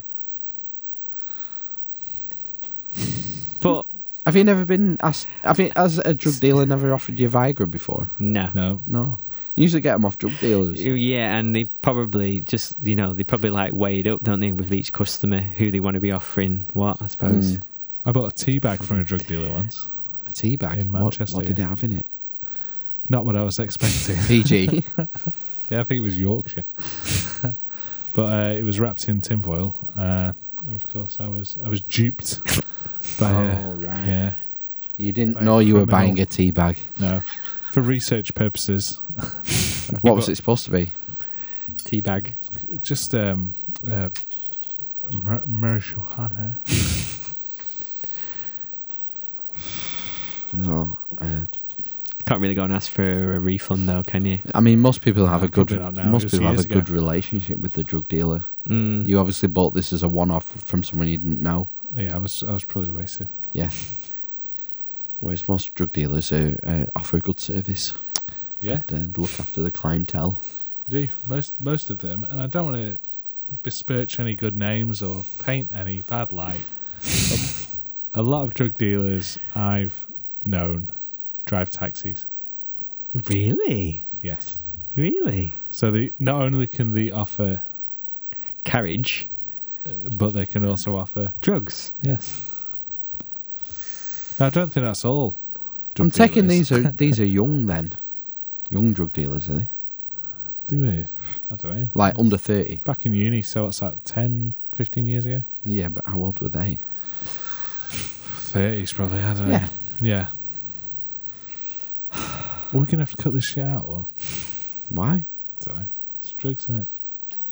[SPEAKER 2] But
[SPEAKER 1] Have you never been asked? Have you, has a drug dealer never offered you Viagra before?
[SPEAKER 2] no.
[SPEAKER 3] No.
[SPEAKER 1] No. You usually get them off drug dealers.
[SPEAKER 2] Yeah, and they probably just, you know, they probably like weigh it up, don't they, with each customer, who they want to be offering what, I suppose.
[SPEAKER 1] Mm.
[SPEAKER 3] I bought a tea bag from a drug dealer once.
[SPEAKER 1] A tea bag.
[SPEAKER 3] In
[SPEAKER 1] What-
[SPEAKER 3] Manchester,
[SPEAKER 1] What, did
[SPEAKER 3] yeah.
[SPEAKER 1] it have in it?
[SPEAKER 3] Not what I was expecting.
[SPEAKER 1] PG.
[SPEAKER 3] yeah, I think it was Yorkshire. but uh, it was wrapped in tinfoil. Uh, and of course, I was I was duped by. uh,
[SPEAKER 1] Oh, right.
[SPEAKER 3] Yeah.
[SPEAKER 1] You didn't
[SPEAKER 3] By
[SPEAKER 1] know you were
[SPEAKER 3] criminal.
[SPEAKER 1] buying a tea bag.
[SPEAKER 3] No. For research purposes,
[SPEAKER 1] What was it supposed to be?
[SPEAKER 2] Tea Teabag.
[SPEAKER 3] just um, uh, mar- marijuana.
[SPEAKER 1] Oh, uh,
[SPEAKER 2] Can't really go and ask for a refund, though, can you?
[SPEAKER 1] I mean, most people have a good
[SPEAKER 3] probably not now, it
[SPEAKER 1] most
[SPEAKER 3] was
[SPEAKER 1] people have
[SPEAKER 3] years
[SPEAKER 1] a good
[SPEAKER 3] ago.
[SPEAKER 1] relationship with the drug dealer.
[SPEAKER 2] Mm.
[SPEAKER 1] You obviously bought this as a one-off from someone you didn't know.
[SPEAKER 3] Yeah, I was I was probably wasted.
[SPEAKER 1] Yeah. Whereas most drug dealers who uh, offer a good service.
[SPEAKER 3] Yeah,
[SPEAKER 1] And uh, look after the clientele.
[SPEAKER 3] you do most most of them, and I don't want to besmirch any good names or paint any bad light. but a lot of drug dealers I've known drive taxis.
[SPEAKER 2] Really?
[SPEAKER 3] Yes,
[SPEAKER 2] Really?
[SPEAKER 3] so they not only can they offer,
[SPEAKER 2] Carriage?
[SPEAKER 3] uh, but they can also offer.
[SPEAKER 2] Drugs?
[SPEAKER 3] Yes, now, I don't think that's all. drug
[SPEAKER 1] I'm taking
[SPEAKER 3] dealers.
[SPEAKER 1] these are these are young then, young drug dealers, are they?
[SPEAKER 3] Do we? I don't know.
[SPEAKER 1] Like under thirty.
[SPEAKER 3] Back in uni, so what's that? 10, 15 years ago.
[SPEAKER 1] Yeah, but how old were they?
[SPEAKER 3] Thirties, probably. I don't
[SPEAKER 1] Yeah.
[SPEAKER 3] know. Yeah. Are we gonna have to cut this shit out? Or
[SPEAKER 1] Why?
[SPEAKER 3] don't know. It's drugs, isn't it?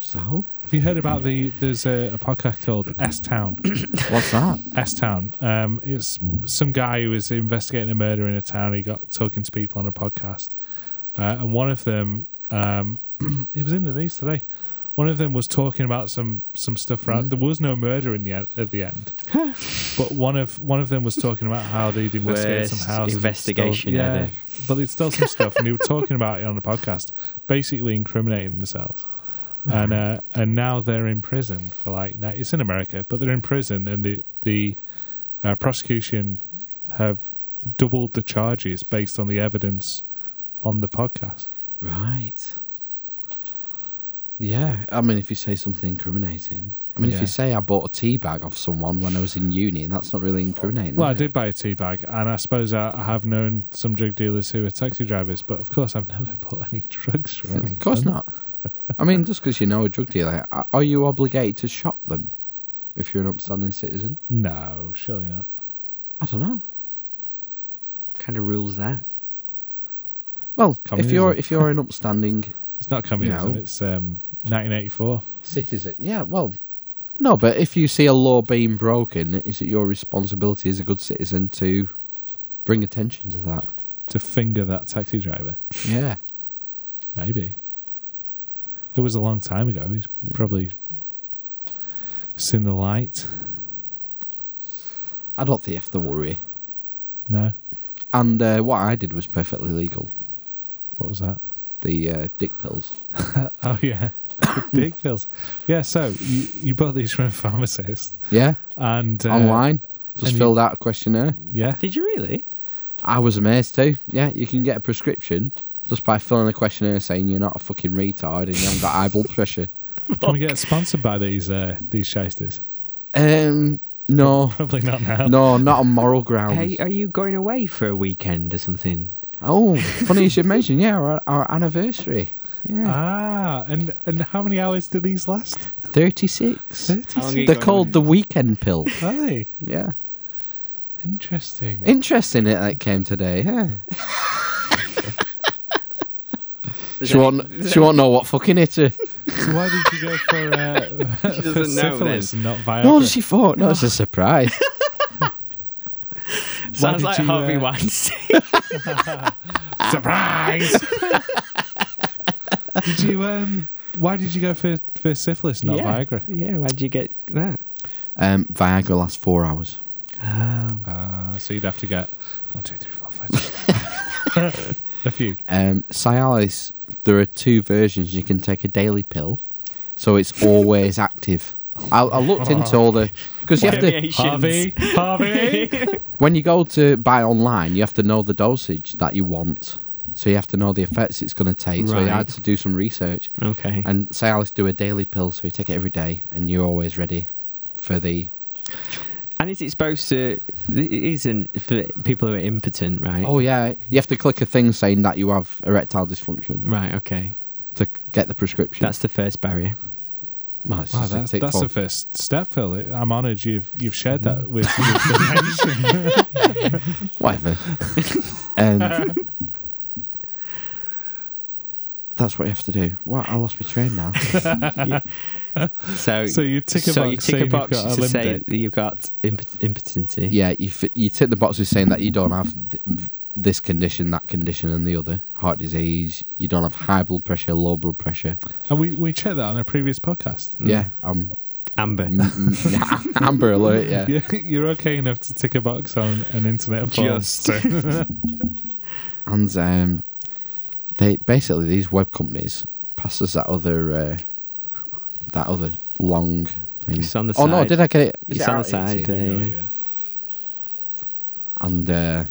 [SPEAKER 1] So
[SPEAKER 3] Have you heard about the? There's a, a podcast called S Town.
[SPEAKER 1] what's that?
[SPEAKER 3] S Town. Um, it's some guy who was investigating a murder in a town. He got talking to people on a podcast, uh, and one of them, um, it was in the news today. One of them was talking about some some stuff. Right, there was no murder in the end, at the end, but one of one of them was talking about how they'd investigated some
[SPEAKER 2] Worst
[SPEAKER 3] house
[SPEAKER 2] investigation
[SPEAKER 3] yeah,
[SPEAKER 2] ever.
[SPEAKER 3] but they'd stole some stuff, and they were talking about it on the podcast, basically incriminating themselves and uh, and now they're in prison for like now it's in America, but they're in prison, and the the uh, prosecution have doubled the charges based on the evidence on the podcast.
[SPEAKER 1] Right. Yeah, I mean, if you say something incriminating, I mean, if
[SPEAKER 3] Yeah.
[SPEAKER 1] you say I bought a tea bag off someone when I was in uni, and that's not really incriminating.
[SPEAKER 3] Well, I
[SPEAKER 1] is it?
[SPEAKER 3] did buy a tea bag, and I suppose I, I have known some drug dealers who are taxi drivers, but of course I've never bought any drugs from anyone.
[SPEAKER 1] Of course not. I mean, just because you know a drug dealer, a- are you obligated to shop them if you're an upstanding citizen?
[SPEAKER 3] No, surely not.
[SPEAKER 1] I don't know.
[SPEAKER 2] kind of rules that?
[SPEAKER 1] Well, if
[SPEAKER 3] Communism.
[SPEAKER 1] you're if you're an upstanding
[SPEAKER 3] It's not communism.
[SPEAKER 1] No.
[SPEAKER 3] It's um, 1984.
[SPEAKER 1] citizen, yeah. Well, No, but if you see a law being broken, is it your responsibility as a good citizen to bring attention to that?
[SPEAKER 3] to finger that taxi driver.
[SPEAKER 1] Yeah.
[SPEAKER 3] Maybe. It was a long time ago. He's probably seen the light.
[SPEAKER 1] I don't think you have to worry.
[SPEAKER 3] No?
[SPEAKER 1] And uh, what I did was perfectly legal.
[SPEAKER 3] What was that?
[SPEAKER 1] The uh, dick pills.
[SPEAKER 3] Oh, yeah. Big pills. Yeah, so you, you bought these from a pharmacist.
[SPEAKER 1] Yeah.
[SPEAKER 3] And uh,
[SPEAKER 1] Online. Just
[SPEAKER 3] and you-
[SPEAKER 1] filled out a questionnaire.
[SPEAKER 3] Yeah.
[SPEAKER 2] Did you really?
[SPEAKER 1] I was amazed too. Yeah, you can get a prescription just by filling a questionnaire saying you're not a fucking retard and you haven't got high blood pressure.
[SPEAKER 3] Can we get sponsored by these uh, these shysters?
[SPEAKER 1] Um, no,
[SPEAKER 3] Probably not now.
[SPEAKER 1] no, not on moral grounds.
[SPEAKER 2] Hey, are you going away for a weekend or something?
[SPEAKER 1] Oh, funny you should mention. Yeah, our, our anniversary. Yeah,
[SPEAKER 3] Ah, and, and how many hours do these last?
[SPEAKER 1] thirty-six.
[SPEAKER 3] 36.
[SPEAKER 2] you
[SPEAKER 1] They're
[SPEAKER 2] going
[SPEAKER 1] called the weekend pill.
[SPEAKER 3] Are they?
[SPEAKER 1] Yeah,
[SPEAKER 3] Interesting.
[SPEAKER 1] interesting. It that came today. Yeah, she won't. She won't know what fucking it is.
[SPEAKER 3] So why did you go for, uh,
[SPEAKER 2] She
[SPEAKER 3] for
[SPEAKER 2] doesn't know then.
[SPEAKER 3] syphilis and not Viagra?
[SPEAKER 1] No, she thought. No, it's a surprise.
[SPEAKER 2] Sounds
[SPEAKER 3] did
[SPEAKER 2] like
[SPEAKER 3] you,
[SPEAKER 2] Harvey
[SPEAKER 3] uh,
[SPEAKER 2] Weinstein.
[SPEAKER 1] Ah.
[SPEAKER 3] Surprise! did you? Um, why did you go for for syphilis, not
[SPEAKER 2] yeah.
[SPEAKER 3] Viagra?
[SPEAKER 2] Yeah, why'd you get that?
[SPEAKER 1] Um, Viagra lasts four hours.
[SPEAKER 2] Oh.
[SPEAKER 3] Uh, so you'd have to get one, two, three, four, five, six. a few.
[SPEAKER 1] Um, Cialis. There are two versions. You can take a daily pill, so it's always active. I, I looked into all the because you have to
[SPEAKER 2] Variations.
[SPEAKER 3] Harvey, Harvey.
[SPEAKER 1] When you go to buy online, you have to know the dosage that you want. So you have to know the effects it's going to take. So you
[SPEAKER 2] Right.
[SPEAKER 1] had to do some research.
[SPEAKER 2] Okay.
[SPEAKER 1] And say, Alice, do a daily pill. So you take it every day and you're always ready for the.
[SPEAKER 2] And is it supposed to? It isn't for people who are impotent, right?
[SPEAKER 1] Oh, yeah. You have to click a thing saying that you have erectile dysfunction
[SPEAKER 2] right. Okay,
[SPEAKER 1] to get the prescription.
[SPEAKER 2] that's the first barrier.
[SPEAKER 1] Well, it's
[SPEAKER 3] Wow,
[SPEAKER 1] just a
[SPEAKER 3] that's,
[SPEAKER 1] tick
[SPEAKER 3] that's
[SPEAKER 1] for-
[SPEAKER 3] the first step, Phil. I'm honoured you've you've shared that
[SPEAKER 1] Mm-hmm.
[SPEAKER 3] with. with the nation.
[SPEAKER 1] Whatever. um, that's what you have to do. Wow, I lost my train now.
[SPEAKER 2] So,
[SPEAKER 3] so you tick a
[SPEAKER 2] so
[SPEAKER 3] box, saying
[SPEAKER 2] you tick a
[SPEAKER 3] you've
[SPEAKER 2] box
[SPEAKER 3] got a
[SPEAKER 2] to
[SPEAKER 3] limp
[SPEAKER 2] say
[SPEAKER 3] dick.
[SPEAKER 2] that you've got impot- impotency.
[SPEAKER 1] Yeah, you f- you tick the boxes saying that you don't have th- v- this condition, that condition, and the other heart disease. You don't have high blood pressure, low blood pressure.
[SPEAKER 3] and we we checked that on a previous podcast.
[SPEAKER 1] Yeah, I'm
[SPEAKER 2] Amber.
[SPEAKER 1] m- m- Amber Alert. Yeah,
[SPEAKER 3] You- You're okay enough to tick a box on an internet form.
[SPEAKER 2] Just.
[SPEAKER 1] and um, they basically these web companies pass us that other uh, that other long thing.
[SPEAKER 2] It's on the
[SPEAKER 1] oh no,
[SPEAKER 2] side.
[SPEAKER 1] did I get it? Is
[SPEAKER 2] It's
[SPEAKER 1] it
[SPEAKER 2] on the
[SPEAKER 1] out?
[SPEAKER 2] side.
[SPEAKER 1] It's in.
[SPEAKER 2] uh, yeah.
[SPEAKER 3] yeah.
[SPEAKER 1] And uh,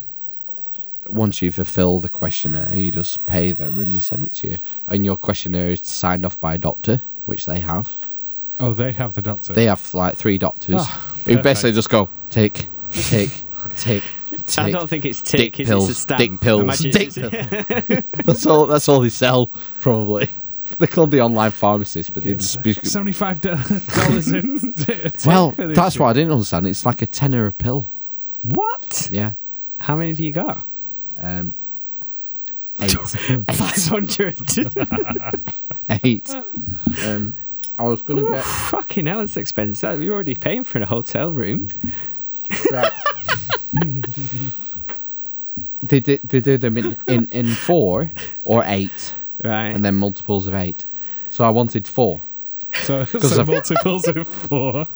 [SPEAKER 1] once you fulfil the questionnaire, you just pay them and they send it to you. And your questionnaire is signed off by a doctor, which they have.
[SPEAKER 3] Oh, they have the doctor.
[SPEAKER 1] They have like three doctors
[SPEAKER 3] Ah,
[SPEAKER 1] who
[SPEAKER 3] perfect.
[SPEAKER 1] basically just go tick, tick, tick, tick.
[SPEAKER 2] I don't think it's tick.
[SPEAKER 1] Dick
[SPEAKER 2] is
[SPEAKER 1] pills,
[SPEAKER 2] It's a stamp.
[SPEAKER 1] dick pills,
[SPEAKER 2] Imagine
[SPEAKER 1] dick
[SPEAKER 2] it's-
[SPEAKER 1] That's all. That's all they sell, probably. They're called the online pharmacist, but they just be-
[SPEAKER 3] Seventy-five dollars. in
[SPEAKER 1] well, that's what I didn't understand. It's like a tenner a pill.
[SPEAKER 2] what?
[SPEAKER 1] Yeah,
[SPEAKER 2] How many have you got?
[SPEAKER 1] um, eight,
[SPEAKER 2] Five hundred.
[SPEAKER 1] eight. Um, I was gonna get.
[SPEAKER 2] Fucking hell, it's expensive. You're already paying for a hotel room.
[SPEAKER 1] Right. they do, they do them in, in, in four or eight,
[SPEAKER 2] Right.
[SPEAKER 1] and then multiples of eight. So I wanted four.
[SPEAKER 3] So, so
[SPEAKER 1] I've-
[SPEAKER 3] multiples of four.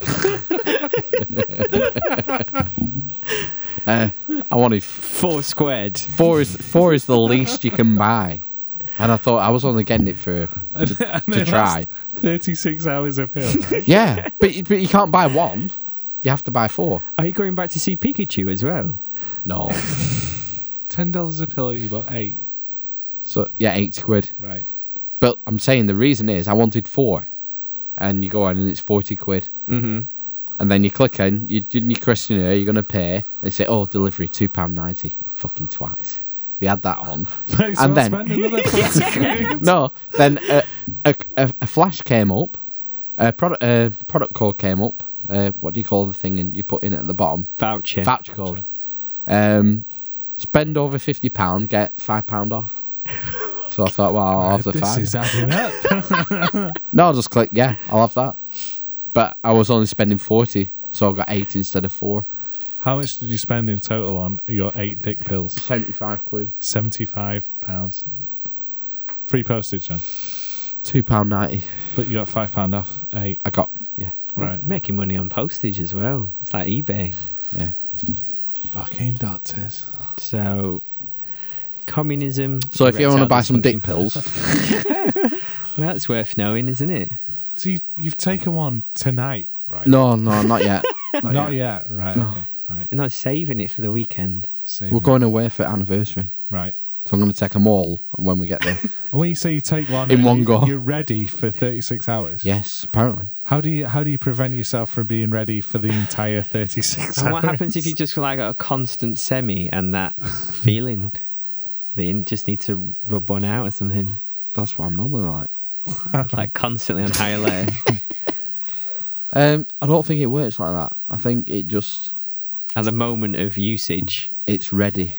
[SPEAKER 1] Uh, I wanted f-
[SPEAKER 2] Four squared.
[SPEAKER 1] four is four is the least you can buy, and I thought I was only getting it for
[SPEAKER 3] And they
[SPEAKER 1] try.
[SPEAKER 3] last Thirty-six hours of pill. right?
[SPEAKER 1] yeah, but you- but you can't buy one. You have to buy four.
[SPEAKER 2] Are you going back to see Pikachu as well?
[SPEAKER 1] No.
[SPEAKER 3] Ten dollars a pill. You bought eight.
[SPEAKER 1] So yeah, eight quid.
[SPEAKER 3] Right.
[SPEAKER 1] But I'm saying the reason is I wanted four, and you go on and it's forty quid.
[SPEAKER 2] Mm-hmm.
[SPEAKER 1] And then you click in, you did your questionnaire, you're going to pay. They say, oh, delivery, £2.90. Fucking twats. They had that on.
[SPEAKER 3] Might as
[SPEAKER 1] And
[SPEAKER 3] well
[SPEAKER 1] then-
[SPEAKER 3] spend another 40 quid.
[SPEAKER 1] no, then a, a, a, a flash came up, a product, a product code came up. Uh, what do you call the thing in, you put in at the bottom?
[SPEAKER 2] Voucher.
[SPEAKER 1] Voucher code. Um, spend over £50, get £5 off. So I thought, well, I'll have the
[SPEAKER 3] This
[SPEAKER 1] five.
[SPEAKER 3] is adding up.
[SPEAKER 1] No, I'll just click, yeah, I'll have that. But I was only spending 40, so I got eight instead of four.
[SPEAKER 3] How much did you spend in total on your eight dick pills?
[SPEAKER 1] 75 quid.
[SPEAKER 3] Seventy-five pounds. Free postage, then.
[SPEAKER 1] £2.90.
[SPEAKER 3] But you got five pound off eight.
[SPEAKER 1] I got, yeah,
[SPEAKER 3] Right.
[SPEAKER 1] Mm.
[SPEAKER 2] Making money on postage as well. It's like eBay.
[SPEAKER 1] yeah.
[SPEAKER 3] Fucking doctors.
[SPEAKER 2] So communism.
[SPEAKER 1] So if you
[SPEAKER 2] erectile
[SPEAKER 1] want to buy some dick
[SPEAKER 2] dysfunction.
[SPEAKER 1] pills,
[SPEAKER 2] well, that's worth knowing, isn't it?
[SPEAKER 3] So you, you've taken one tonight, right?
[SPEAKER 1] no, no, not yet.
[SPEAKER 3] not, yet. Right. Okay. Right.
[SPEAKER 2] You're not saving it for the weekend.
[SPEAKER 3] Save
[SPEAKER 1] We're
[SPEAKER 3] it.
[SPEAKER 1] going away for anniversary.
[SPEAKER 3] Right.
[SPEAKER 1] So I'm going to take them all when we get there.
[SPEAKER 3] And when you say you take one
[SPEAKER 1] In
[SPEAKER 3] and
[SPEAKER 1] one
[SPEAKER 3] you-
[SPEAKER 1] go.
[SPEAKER 3] you're ready for 36 hours.
[SPEAKER 1] yes, apparently.
[SPEAKER 3] How do you how do you prevent yourself from being ready for the entire 36
[SPEAKER 2] And what
[SPEAKER 3] hours?
[SPEAKER 2] happens if you just like got a constant semi and that feeling that you just need to rub one out or something?
[SPEAKER 1] That's what I'm normally like. Uh.
[SPEAKER 2] Like constantly on high alert.
[SPEAKER 1] Um, I don't think it works like that. I think it just
[SPEAKER 2] At the moment of usage,
[SPEAKER 1] it's ready.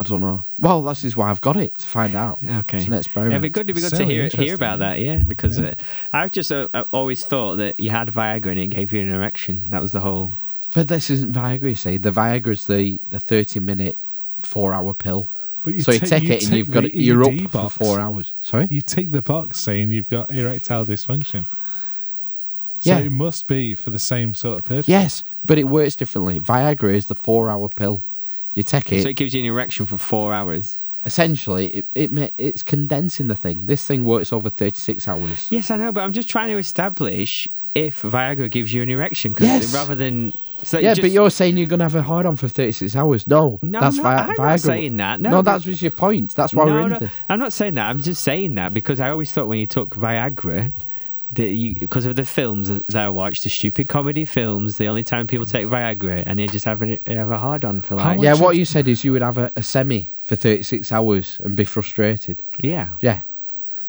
[SPEAKER 1] I don't know. Well, this is why I've got it to find out.
[SPEAKER 2] Okay.
[SPEAKER 1] It's an experiment.
[SPEAKER 2] It'd be good, it'd be good
[SPEAKER 3] So
[SPEAKER 2] to hear
[SPEAKER 3] interesting,
[SPEAKER 2] hear about that, yeah. Because Uh, I've just uh, uh, always thought that you had Viagra and it gave you an erection. That was the whole.
[SPEAKER 1] But this isn't Viagra. You see, the Viagra's the the thirty minute, four hour pill.
[SPEAKER 3] But you
[SPEAKER 1] so you
[SPEAKER 3] take-
[SPEAKER 1] take
[SPEAKER 3] you
[SPEAKER 1] it and
[SPEAKER 3] take
[SPEAKER 1] you've got
[SPEAKER 3] the
[SPEAKER 1] it. You're
[SPEAKER 2] E
[SPEAKER 1] up
[SPEAKER 3] ED
[SPEAKER 1] for
[SPEAKER 3] box.
[SPEAKER 1] four hours. Sorry.
[SPEAKER 3] You tick the box saying you've got erectile dysfunction. So
[SPEAKER 1] Yeah.
[SPEAKER 3] it must be for the same sort of purpose.
[SPEAKER 1] Yes, but it works differently. Viagra is the four hour pill. You take it.
[SPEAKER 2] So it gives you an erection for four hours.
[SPEAKER 1] essentially, it, it ma- it's condensing the thing. This thing works over thirty six hours.
[SPEAKER 2] Yes, I know, but I'm just trying to establish if Viagra gives you an erection. Cause
[SPEAKER 1] Yes.
[SPEAKER 2] Rather than. So
[SPEAKER 1] yeah,
[SPEAKER 2] you
[SPEAKER 1] but
[SPEAKER 2] just-
[SPEAKER 1] you're saying you're gonna have a hard on for thirty six hours. No,
[SPEAKER 2] No,
[SPEAKER 1] that's
[SPEAKER 2] no,
[SPEAKER 1] Vi-
[SPEAKER 2] I'm not
[SPEAKER 1] Viagra.
[SPEAKER 2] saying that. No,
[SPEAKER 1] no,
[SPEAKER 2] but-
[SPEAKER 1] that was your point. That's why
[SPEAKER 2] No,
[SPEAKER 1] we're in
[SPEAKER 2] no,
[SPEAKER 1] this.
[SPEAKER 2] I'm not saying that. I'm just saying that because I always thought when you took Viagra, that you because of the films that I watched, the stupid comedy films, the only time people take Viagra and they just have a, have a hard on for
[SPEAKER 3] How
[SPEAKER 2] like
[SPEAKER 3] much-
[SPEAKER 1] Yeah,
[SPEAKER 3] Which
[SPEAKER 1] what
[SPEAKER 3] is-
[SPEAKER 1] you said is you would have a, a semi for 36 hours and be frustrated.
[SPEAKER 2] yeah.
[SPEAKER 1] Yeah,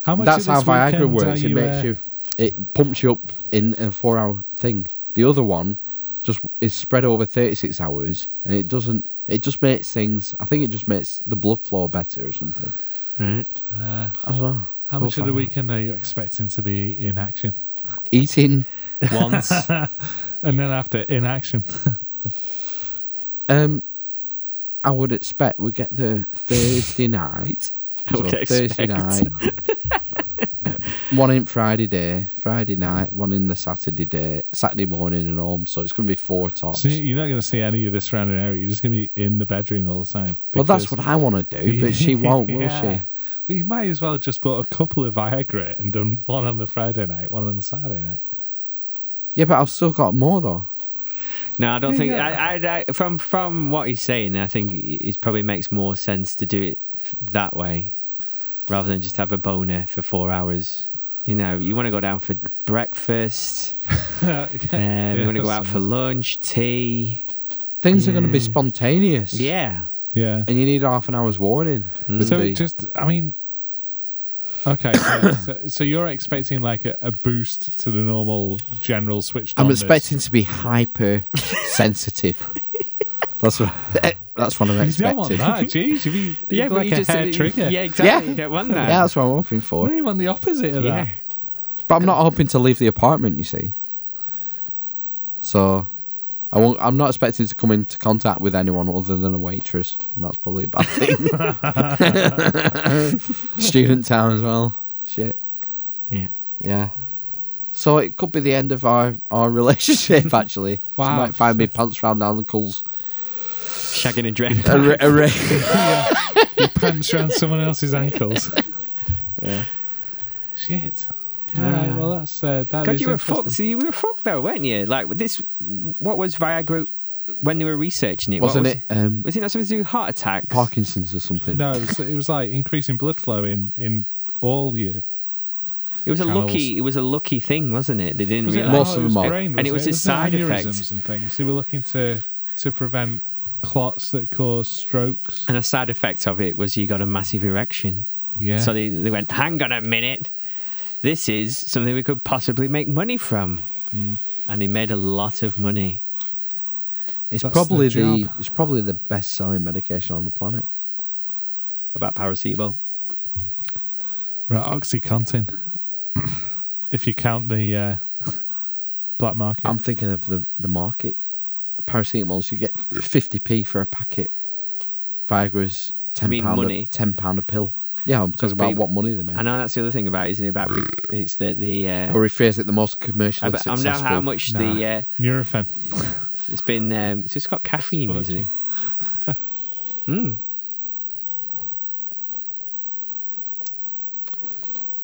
[SPEAKER 3] How much
[SPEAKER 1] that's
[SPEAKER 3] of
[SPEAKER 1] how
[SPEAKER 3] this
[SPEAKER 1] Viagra
[SPEAKER 3] weekend
[SPEAKER 1] works.
[SPEAKER 3] are
[SPEAKER 1] It
[SPEAKER 3] you,
[SPEAKER 1] makes
[SPEAKER 3] uh,
[SPEAKER 1] you, it pumps you up in a four hour thing. The other one just is spread over 36 hours and it doesn't, it just makes things, I think it just makes the blood flow better or something.
[SPEAKER 2] Right.
[SPEAKER 3] uh,
[SPEAKER 1] I don't know.
[SPEAKER 3] how
[SPEAKER 1] We'll
[SPEAKER 3] much of
[SPEAKER 1] find
[SPEAKER 3] the
[SPEAKER 1] out.
[SPEAKER 3] weekend are you expecting to be in action?
[SPEAKER 1] Eating,
[SPEAKER 2] Once.
[SPEAKER 3] And then after in action,
[SPEAKER 1] um, I would expect we get the Thursday night.
[SPEAKER 2] I would
[SPEAKER 1] Thursday
[SPEAKER 2] expect.
[SPEAKER 1] night. one in Friday day, Friday night, one in the Saturday day, Saturday morning and home. So it's going to be four tops.
[SPEAKER 3] so you're not going to see any of the surrounding area. You're just going to be in the bedroom all the time.
[SPEAKER 1] well, that's
[SPEAKER 3] because-
[SPEAKER 1] what I want to do, but she won't, will
[SPEAKER 3] Yeah.
[SPEAKER 1] she?
[SPEAKER 3] Well, you might as well just bought a couple of Viagra and done one on the Friday night, one on the Saturday night.
[SPEAKER 1] Yeah, but I've still got more though.
[SPEAKER 2] No, I don't
[SPEAKER 3] Yeah,
[SPEAKER 2] think.
[SPEAKER 3] yeah.
[SPEAKER 2] I, I, I, from from what he's saying, I think it probably makes more sense to do it f- that way, rather than just have a boner for four hours. You know, you want to go down for breakfast. Um, you want to go out for lunch, tea.
[SPEAKER 1] Things are going to be
[SPEAKER 2] Yeah.
[SPEAKER 1] spontaneous.
[SPEAKER 2] Yeah.
[SPEAKER 3] Yeah. Hmm.
[SPEAKER 1] And you need half an hour's warning. with
[SPEAKER 3] So
[SPEAKER 1] the-
[SPEAKER 3] just, I mean, okay. so, so- so you're expecting like a, a boost to the normal general switch.
[SPEAKER 1] I'm expecting to be hyper sensitive. that's what. That's what I'm
[SPEAKER 3] You don't want
[SPEAKER 1] expecting.
[SPEAKER 3] that, jeez. You'd be yeah,
[SPEAKER 2] but
[SPEAKER 3] like a hair trigger.
[SPEAKER 2] Yeah,
[SPEAKER 3] Yeah,
[SPEAKER 2] exactly.
[SPEAKER 1] Yeah.
[SPEAKER 2] You don't want that.
[SPEAKER 1] Yeah, that's what I'm hoping for.
[SPEAKER 3] you want the opposite of
[SPEAKER 2] yeah.
[SPEAKER 3] that.
[SPEAKER 1] But I'm not hoping to leave the apartment, you see. So I won't I'm not expected to come into contact with anyone other than a waitress. And That's probably a bad thing. Student town as well. Shit.
[SPEAKER 2] yeah.
[SPEAKER 1] Yeah. So it could be the end of our, our relationship actually. She
[SPEAKER 3] Wow.
[SPEAKER 1] might find me pants round the ankles.
[SPEAKER 2] Shagging a drain.
[SPEAKER 1] A ri- a ri-
[SPEAKER 3] You pants around someone else's ankles.
[SPEAKER 1] yeah.
[SPEAKER 3] Shit. All right. Well, that's uh, that
[SPEAKER 2] God,
[SPEAKER 3] is
[SPEAKER 2] you were
[SPEAKER 3] interesting.
[SPEAKER 2] fucked. See, you were fucked though, weren't you? Like this. What was Viagra when they were researching it? what
[SPEAKER 1] Wasn't
[SPEAKER 2] was,
[SPEAKER 1] it um,
[SPEAKER 2] Was it not something to do with heart attacks?
[SPEAKER 1] Parkinson's or something?
[SPEAKER 3] No, it was, it was like increasing blood flow in in all your.
[SPEAKER 2] It was a
[SPEAKER 3] channels.
[SPEAKER 2] lucky. It was a lucky thing, wasn't it? They didn't
[SPEAKER 3] Was it
[SPEAKER 2] realize.
[SPEAKER 1] Most of them are.
[SPEAKER 3] brain,
[SPEAKER 2] And it was
[SPEAKER 3] wasn't
[SPEAKER 2] a side effect.
[SPEAKER 3] aneurysms and things. They were looking to to prevent clots that cause strokes.
[SPEAKER 2] And a side effect of it was you got a massive erection.
[SPEAKER 3] Yeah.
[SPEAKER 2] So they, they went, hang on a minute. This is something we could possibly make money from.
[SPEAKER 3] Mm.
[SPEAKER 2] And he made a lot of money.
[SPEAKER 1] It's
[SPEAKER 3] That's
[SPEAKER 1] probably
[SPEAKER 3] the
[SPEAKER 1] the,
[SPEAKER 3] job.
[SPEAKER 1] it's probably the best selling medication on the planet.
[SPEAKER 2] What about Paracetamol?
[SPEAKER 3] Right, OxyContin. if you count the uh, black market.
[SPEAKER 1] I'm thinking of the, the market. Paracetamols, you get 50p for a packet. Viagra's
[SPEAKER 2] You
[SPEAKER 1] ten
[SPEAKER 2] mean
[SPEAKER 1] pound
[SPEAKER 2] money?
[SPEAKER 1] a ten pound a pill. Yeah, I'm talking about
[SPEAKER 2] people-
[SPEAKER 1] what money they make.
[SPEAKER 2] I know that's the other thing about it, isn't it? About big, it's the the. Uh,
[SPEAKER 1] Or rephrase it, the most commercially
[SPEAKER 2] about- I don't
[SPEAKER 1] successful.
[SPEAKER 2] know how much the uh,
[SPEAKER 3] Nurofen.
[SPEAKER 2] it's been. Um, it's just got caffeine, isn't it? Mm.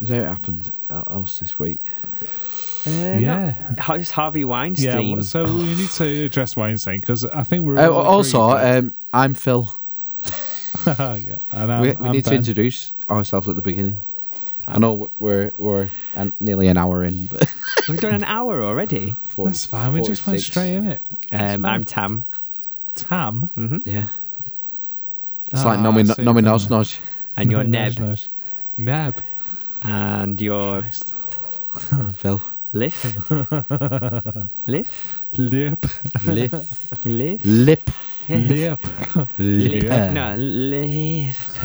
[SPEAKER 1] Is that what happened else this week?
[SPEAKER 2] Uh,
[SPEAKER 3] Yeah.
[SPEAKER 2] not, just Harvey
[SPEAKER 3] Yeah,
[SPEAKER 2] Weinstein.
[SPEAKER 3] well, so we need to address Weinstein because I think we're.
[SPEAKER 1] Uh,
[SPEAKER 3] all
[SPEAKER 1] also,
[SPEAKER 3] agreed
[SPEAKER 1] um, I'm Phil.
[SPEAKER 3] that- yeah, and I'm,
[SPEAKER 1] we we
[SPEAKER 3] I'm
[SPEAKER 1] need to
[SPEAKER 3] Ben.
[SPEAKER 1] introduce ourselves at the beginning. I know we're we're an, nearly an hour in, but
[SPEAKER 2] We've done an hour already.
[SPEAKER 1] for-
[SPEAKER 3] That's fine. We just went
[SPEAKER 1] 46.
[SPEAKER 3] straight in it.
[SPEAKER 2] Um, I'm Tam.
[SPEAKER 3] Tam.
[SPEAKER 2] hmm
[SPEAKER 1] Yeah, it's like
[SPEAKER 3] Ah,
[SPEAKER 1] nomi
[SPEAKER 3] I Ah, see,
[SPEAKER 1] nomi
[SPEAKER 3] Ben.
[SPEAKER 1] nos nos.
[SPEAKER 2] And you're
[SPEAKER 3] Nice,
[SPEAKER 2] Neb.
[SPEAKER 3] nice. Neb.
[SPEAKER 2] And you're
[SPEAKER 3] Christ.
[SPEAKER 1] Phil,
[SPEAKER 2] Liff.
[SPEAKER 3] Lip.
[SPEAKER 2] Liff?
[SPEAKER 1] lip, lip,
[SPEAKER 2] Liff?
[SPEAKER 3] Lip.
[SPEAKER 1] lip.
[SPEAKER 3] Yeah.
[SPEAKER 2] No, Liff.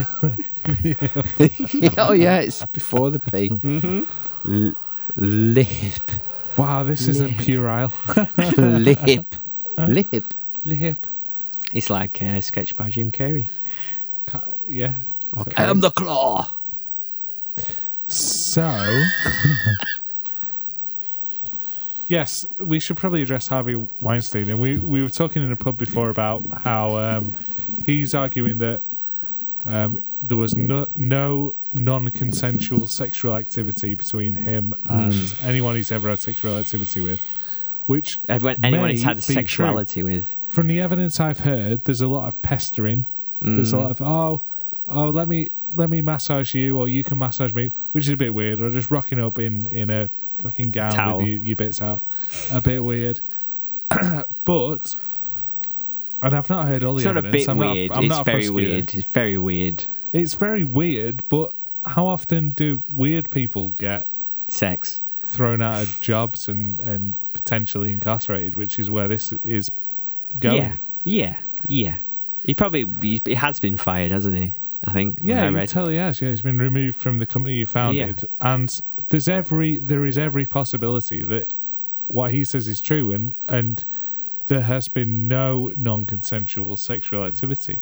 [SPEAKER 1] oh yeah, it's before the p.
[SPEAKER 3] Mm-hmm.
[SPEAKER 1] L- lip,
[SPEAKER 3] Wow, this isn't
[SPEAKER 2] Lip.
[SPEAKER 3] puerile.
[SPEAKER 1] lip, lip.
[SPEAKER 3] Lip.
[SPEAKER 2] It's like a sketch by Jim Carrey.
[SPEAKER 3] Ca- Yeah.
[SPEAKER 1] I am the claw.
[SPEAKER 3] So, yes, we should probably address Harvey Weinstein. And we, we were talking in a pub before about how um, he's arguing that um, there was no, no non consensual sexual activity between him and anyone he's ever had sexual activity with. Which,
[SPEAKER 2] Everyone, anyone who's
[SPEAKER 3] may
[SPEAKER 2] had
[SPEAKER 3] be true
[SPEAKER 2] sexuality with.
[SPEAKER 3] from the evidence I've heard, there's a lot of pestering. There's
[SPEAKER 2] Mm.
[SPEAKER 3] a lot of oh, oh, let me let me massage you, or you can massage me, which is a bit weird. Or just rocking up in in a fucking gown
[SPEAKER 2] Towel.
[SPEAKER 3] with your, your bits out, a bit weird. but and I've not heard all the
[SPEAKER 2] It's not a
[SPEAKER 3] evidence.
[SPEAKER 2] bit
[SPEAKER 3] I'm
[SPEAKER 2] weird.
[SPEAKER 3] Not a, I'm
[SPEAKER 2] it's
[SPEAKER 3] not a
[SPEAKER 2] very
[SPEAKER 3] prosecutor.
[SPEAKER 2] weird. It's very weird.
[SPEAKER 3] It's very weird. But how often do weird people get
[SPEAKER 2] Sex.
[SPEAKER 3] thrown out of jobs and and potentially incarcerated? Which is where this is going.
[SPEAKER 2] Yeah. Yeah. Yeah. He probably he, he has been fired, hasn't he? I think.
[SPEAKER 3] Yeah,
[SPEAKER 2] I
[SPEAKER 3] you
[SPEAKER 2] read.
[SPEAKER 3] totally has. Yeah, it's been removed from the company you founded, and there's every there is every possibility that what he says is true, and and there has been no non-consensual sexual
[SPEAKER 2] Mm.
[SPEAKER 3] activity,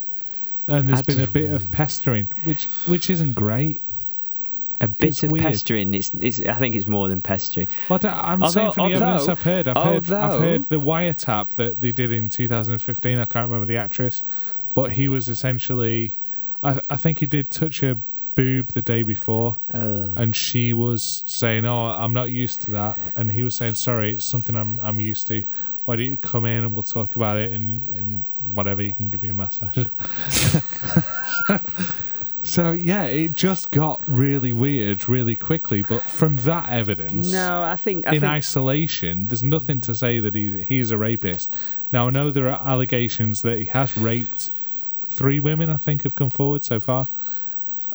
[SPEAKER 3] and there's
[SPEAKER 2] I
[SPEAKER 3] been a
[SPEAKER 2] just-
[SPEAKER 3] bit of pestering, which which isn't great.
[SPEAKER 2] a bit
[SPEAKER 3] it's
[SPEAKER 2] of
[SPEAKER 3] weird.
[SPEAKER 2] pestering. It's, it's. I think it's more than pestering.
[SPEAKER 3] Well, I- I'm
[SPEAKER 2] Although-
[SPEAKER 3] saying from the evidence
[SPEAKER 2] although-
[SPEAKER 3] I've heard, I've heard, I've
[SPEAKER 2] although-
[SPEAKER 3] heard the wiretap that they did in 2015. I can't remember the actress, but he was essentially, I, I think he did touch her boob the day before.
[SPEAKER 2] Oh.
[SPEAKER 3] and she was saying, "Oh, I'm not used to that," and he was saying, "Sorry, it's something I'm I'm used to. Why don't you come in and we'll talk about it and and whatever you can give me a massage." so yeah, it just got really weird really quickly. But from that evidence,
[SPEAKER 2] No, I think. I
[SPEAKER 3] in
[SPEAKER 2] think
[SPEAKER 3] isolation, there's nothing to say that he's he's a rapist. Now I know there are allegations that he has raped three women. I think have come forward so far,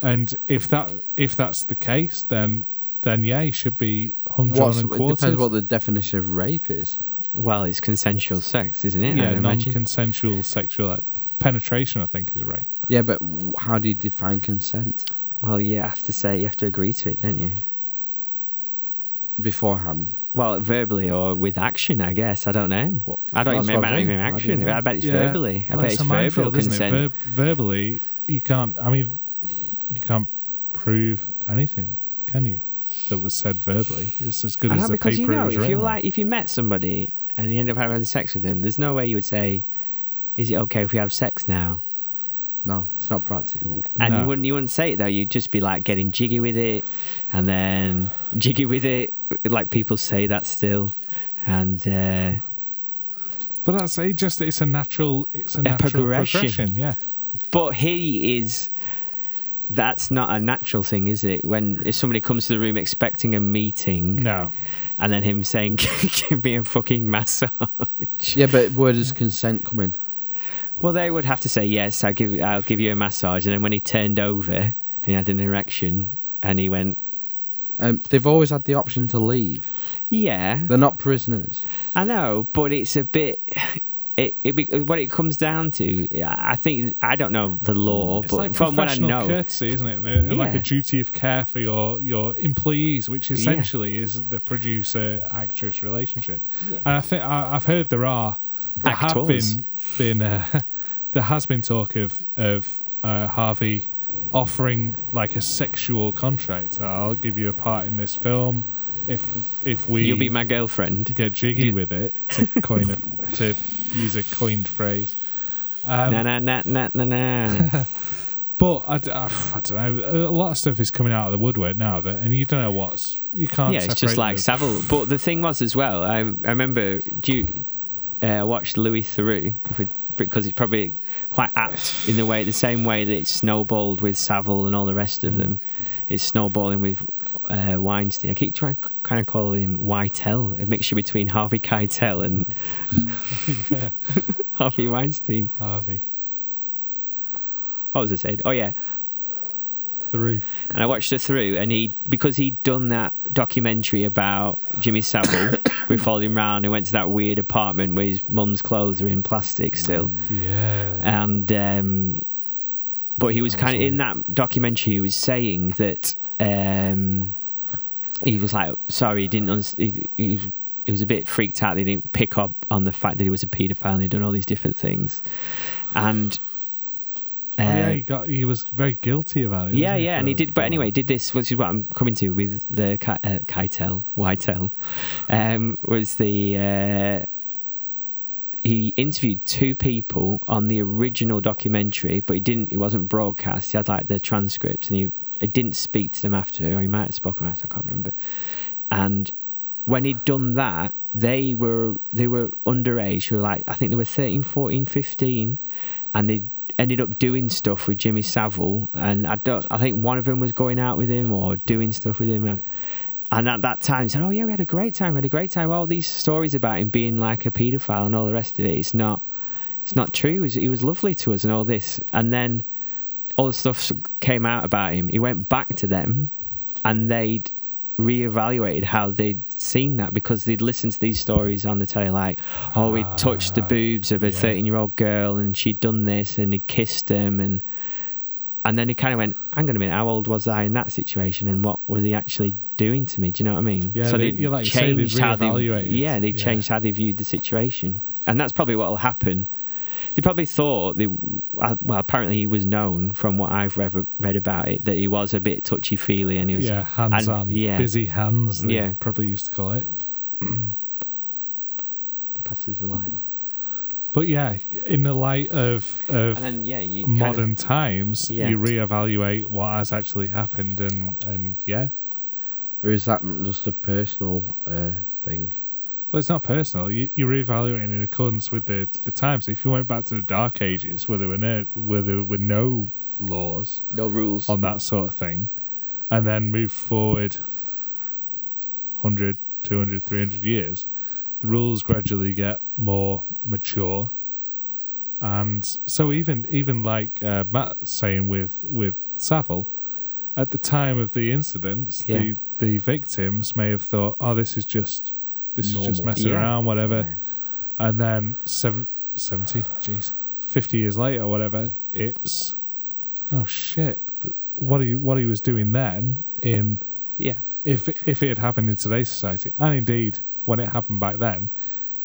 [SPEAKER 3] and if that if that's the case, then then yeah, he should be hung, drawn,
[SPEAKER 1] What's,
[SPEAKER 3] and
[SPEAKER 1] it
[SPEAKER 3] quartered.
[SPEAKER 1] depends what the definition of rape is.
[SPEAKER 2] well, it's consensual sex, isn't it?
[SPEAKER 3] yeah,
[SPEAKER 2] I'd imagine.
[SPEAKER 3] non-consensual sexual act- penetration. I think is rape.
[SPEAKER 1] Yeah, but w- how do you define consent
[SPEAKER 2] Well, you have to say you have to agree to it, don't you?
[SPEAKER 1] beforehand?
[SPEAKER 2] Well, verbally or with action, I guess. I don't know.
[SPEAKER 1] Well,
[SPEAKER 2] I don't
[SPEAKER 1] that's
[SPEAKER 2] even,
[SPEAKER 1] what
[SPEAKER 2] might
[SPEAKER 1] I
[SPEAKER 2] not
[SPEAKER 1] think.
[SPEAKER 2] even
[SPEAKER 1] I
[SPEAKER 2] action.
[SPEAKER 1] don't know.
[SPEAKER 2] I bet it's
[SPEAKER 3] Yeah.
[SPEAKER 2] verbally. I
[SPEAKER 3] Well,
[SPEAKER 2] bet
[SPEAKER 3] it's
[SPEAKER 2] it's
[SPEAKER 3] a
[SPEAKER 2] verbal
[SPEAKER 3] minefield, isn't it?
[SPEAKER 2] consent.
[SPEAKER 3] Ver- verbally, you can't. I mean, you can't prove anything, can you? That was said verbally. It's as good
[SPEAKER 2] I
[SPEAKER 3] as
[SPEAKER 2] know,
[SPEAKER 3] the
[SPEAKER 2] Ah, because
[SPEAKER 3] paper
[SPEAKER 2] you
[SPEAKER 3] it
[SPEAKER 2] know,
[SPEAKER 3] was
[SPEAKER 2] if you
[SPEAKER 3] written on.
[SPEAKER 2] like, if you met somebody and you end up having sex with them, there's no way you would say, "Is it okay if we have sex now?"
[SPEAKER 1] No, it's not practical.
[SPEAKER 2] And
[SPEAKER 3] No.
[SPEAKER 2] you wouldn't, you wouldn't say it though. You'd just be like getting jiggy with it, and then jiggy with it, like people say that still, and uh,
[SPEAKER 3] But that's it. Just it's a natural. It's a, natural
[SPEAKER 2] progression.
[SPEAKER 3] progression. Yeah.
[SPEAKER 2] But he is. That's not a natural thing, is it? When if somebody comes to the room expecting a meeting,
[SPEAKER 3] No.
[SPEAKER 2] and then him saying, "Give me a fucking massage."
[SPEAKER 1] Yeah, but where does consent come in?
[SPEAKER 2] Well, they would have to say yes. I'll give I'll give you a massage. And then when he turned over, and he had an erection, and he went,
[SPEAKER 1] Um, they've always had the option to leave.
[SPEAKER 2] "Yeah,
[SPEAKER 1] They're not prisoners.
[SPEAKER 2] I know," but it's a bit. it, it be, what it comes down to, I think I don't know the law,
[SPEAKER 3] It's
[SPEAKER 2] but
[SPEAKER 3] like
[SPEAKER 2] from what I
[SPEAKER 3] professional
[SPEAKER 2] know,
[SPEAKER 3] courtesy, isn't it? They're- they're Like a
[SPEAKER 2] Yeah.
[SPEAKER 3] duty of care for your your employees, which
[SPEAKER 2] Yeah.
[SPEAKER 3] essentially is the producer actress relationship.
[SPEAKER 2] Yeah.
[SPEAKER 3] And I think I, I've heard there are there have
[SPEAKER 2] Actors.
[SPEAKER 3] been been uh, there has been talk of of uh, Harvey offering like a sexual contract. I'll give you a part in this film if if we
[SPEAKER 2] you'll be my girlfriend.
[SPEAKER 3] get jiggy with it to coin a, to use a coined phrase. Um,
[SPEAKER 2] na na na na na na.
[SPEAKER 3] But I, d- ah, I, don't know. A lot of stuff is coming out of the woodwork now, that and you don't know what's you can't.
[SPEAKER 2] yeah, it's just
[SPEAKER 3] separate
[SPEAKER 2] like
[SPEAKER 3] the-
[SPEAKER 2] Savile. But the thing was as well, I, I remember you uh, watched Louis Theroux with- because it's probably quite apt in the way, the same way that it snowballed with Savile and all the rest
[SPEAKER 3] Mm.
[SPEAKER 2] of them. It's snowballing with uh, Weinstein. I keep trying kind of call him Whitell, a mixture between Harvey Keitel and Harvey Weinstein.
[SPEAKER 3] Harvey
[SPEAKER 2] What was I saying? Oh yeah,
[SPEAKER 3] through.
[SPEAKER 2] and I watched her through, and he because he'd done that documentary about Jimmy Savile, we followed him round and went to that weird apartment where his mum's clothes are in plastic still,
[SPEAKER 3] Mm. Yeah.
[SPEAKER 2] and um, but he was
[SPEAKER 3] That was
[SPEAKER 2] kind of in that documentary. He was saying that um, he was like, sorry, he didn't. Un- he, he was, he was a bit freaked out. They didn't pick up on the fact that he was a paedophile. and He'd done all these different things, and.
[SPEAKER 3] Oh, yeah,
[SPEAKER 2] uh,
[SPEAKER 3] he got. He was very guilty about it.
[SPEAKER 2] yeah,
[SPEAKER 3] wasn't he,
[SPEAKER 2] yeah,
[SPEAKER 3] for-
[SPEAKER 2] and he did. But
[SPEAKER 3] for-
[SPEAKER 2] anyway, he did this, which is what I'm coming to with the Ki- uh, Keitel, Whitel, um, was the uh, he interviewed two people on the original documentary, but he didn't. It wasn't broadcast. He had like the transcripts, and he, he didn't speak to them after, or he might have spoken after. I can't remember. And when he'd done that, they were they were underage. They were like I think they were 13, 14, 15, and they ended up doing stuff with Jimmy Savile. And I don't. I think one of them was going out with him or doing stuff with him. And at that time, he said, "Oh yeah, we had a great time. We had a great time." All these stories about him being like a paedophile and all the rest of it. It's not. It's not true. He was, he was lovely to us and all this. And then all the stuff came out about him. He went back to them, and they'd reevaluated how they'd seen that because they'd listened to these stories on the telly, like, oh, he'd touched the
[SPEAKER 3] Ah,
[SPEAKER 2] boobs of a
[SPEAKER 3] yeah.
[SPEAKER 2] thirteen-year-old girl, and she'd done this, and he kissed him, and and then he kind of went, hang on a minute, how old was I in that situation, and what was he actually doing to me? Do you know what I mean?
[SPEAKER 3] Yeah, they- yeah, like you say, they'd reevaluated.
[SPEAKER 2] yeah, they
[SPEAKER 3] Yeah.
[SPEAKER 2] changed how they viewed the situation, and that's probably what will happen. They probably thought they, uh, well, apparently he was known from what I've read, read about it that he was a bit touchy feely and he was
[SPEAKER 3] Yeah, hands
[SPEAKER 2] and-
[SPEAKER 3] on.
[SPEAKER 2] yeah.
[SPEAKER 3] Busy hands. They
[SPEAKER 2] Yeah.
[SPEAKER 3] Probably used to call it.
[SPEAKER 2] passes the light on.
[SPEAKER 3] But yeah, in the light of of
[SPEAKER 2] And then yeah, you kind of-
[SPEAKER 3] modern times,
[SPEAKER 2] Yeah.
[SPEAKER 3] you reevaluate what has actually happened, and and yeah,
[SPEAKER 1] Or is that just a personal uh, thing?
[SPEAKER 3] Well, it's not personal. You, you're reevaluating in accordance with the, the times. If you went back to the Dark Ages, where there were no where there were no laws
[SPEAKER 1] No rules.
[SPEAKER 3] on that sort of thing, and then move forward 100, 200, 300 years, the rules gradually get more mature. And so even even like uh, Matt's saying with with Savile, at the time of the incidents,
[SPEAKER 2] Yeah.
[SPEAKER 3] the the victims may have thought, "Oh, this is just this is just
[SPEAKER 1] Normal.
[SPEAKER 3] messing
[SPEAKER 2] Yeah.
[SPEAKER 3] around, whatever." And then seven, 70, jeez, fifty years later, whatever, it's oh shit, th- what he what he was doing then in
[SPEAKER 2] yeah,
[SPEAKER 3] if if it had happened in today's society, and indeed when it happened back then,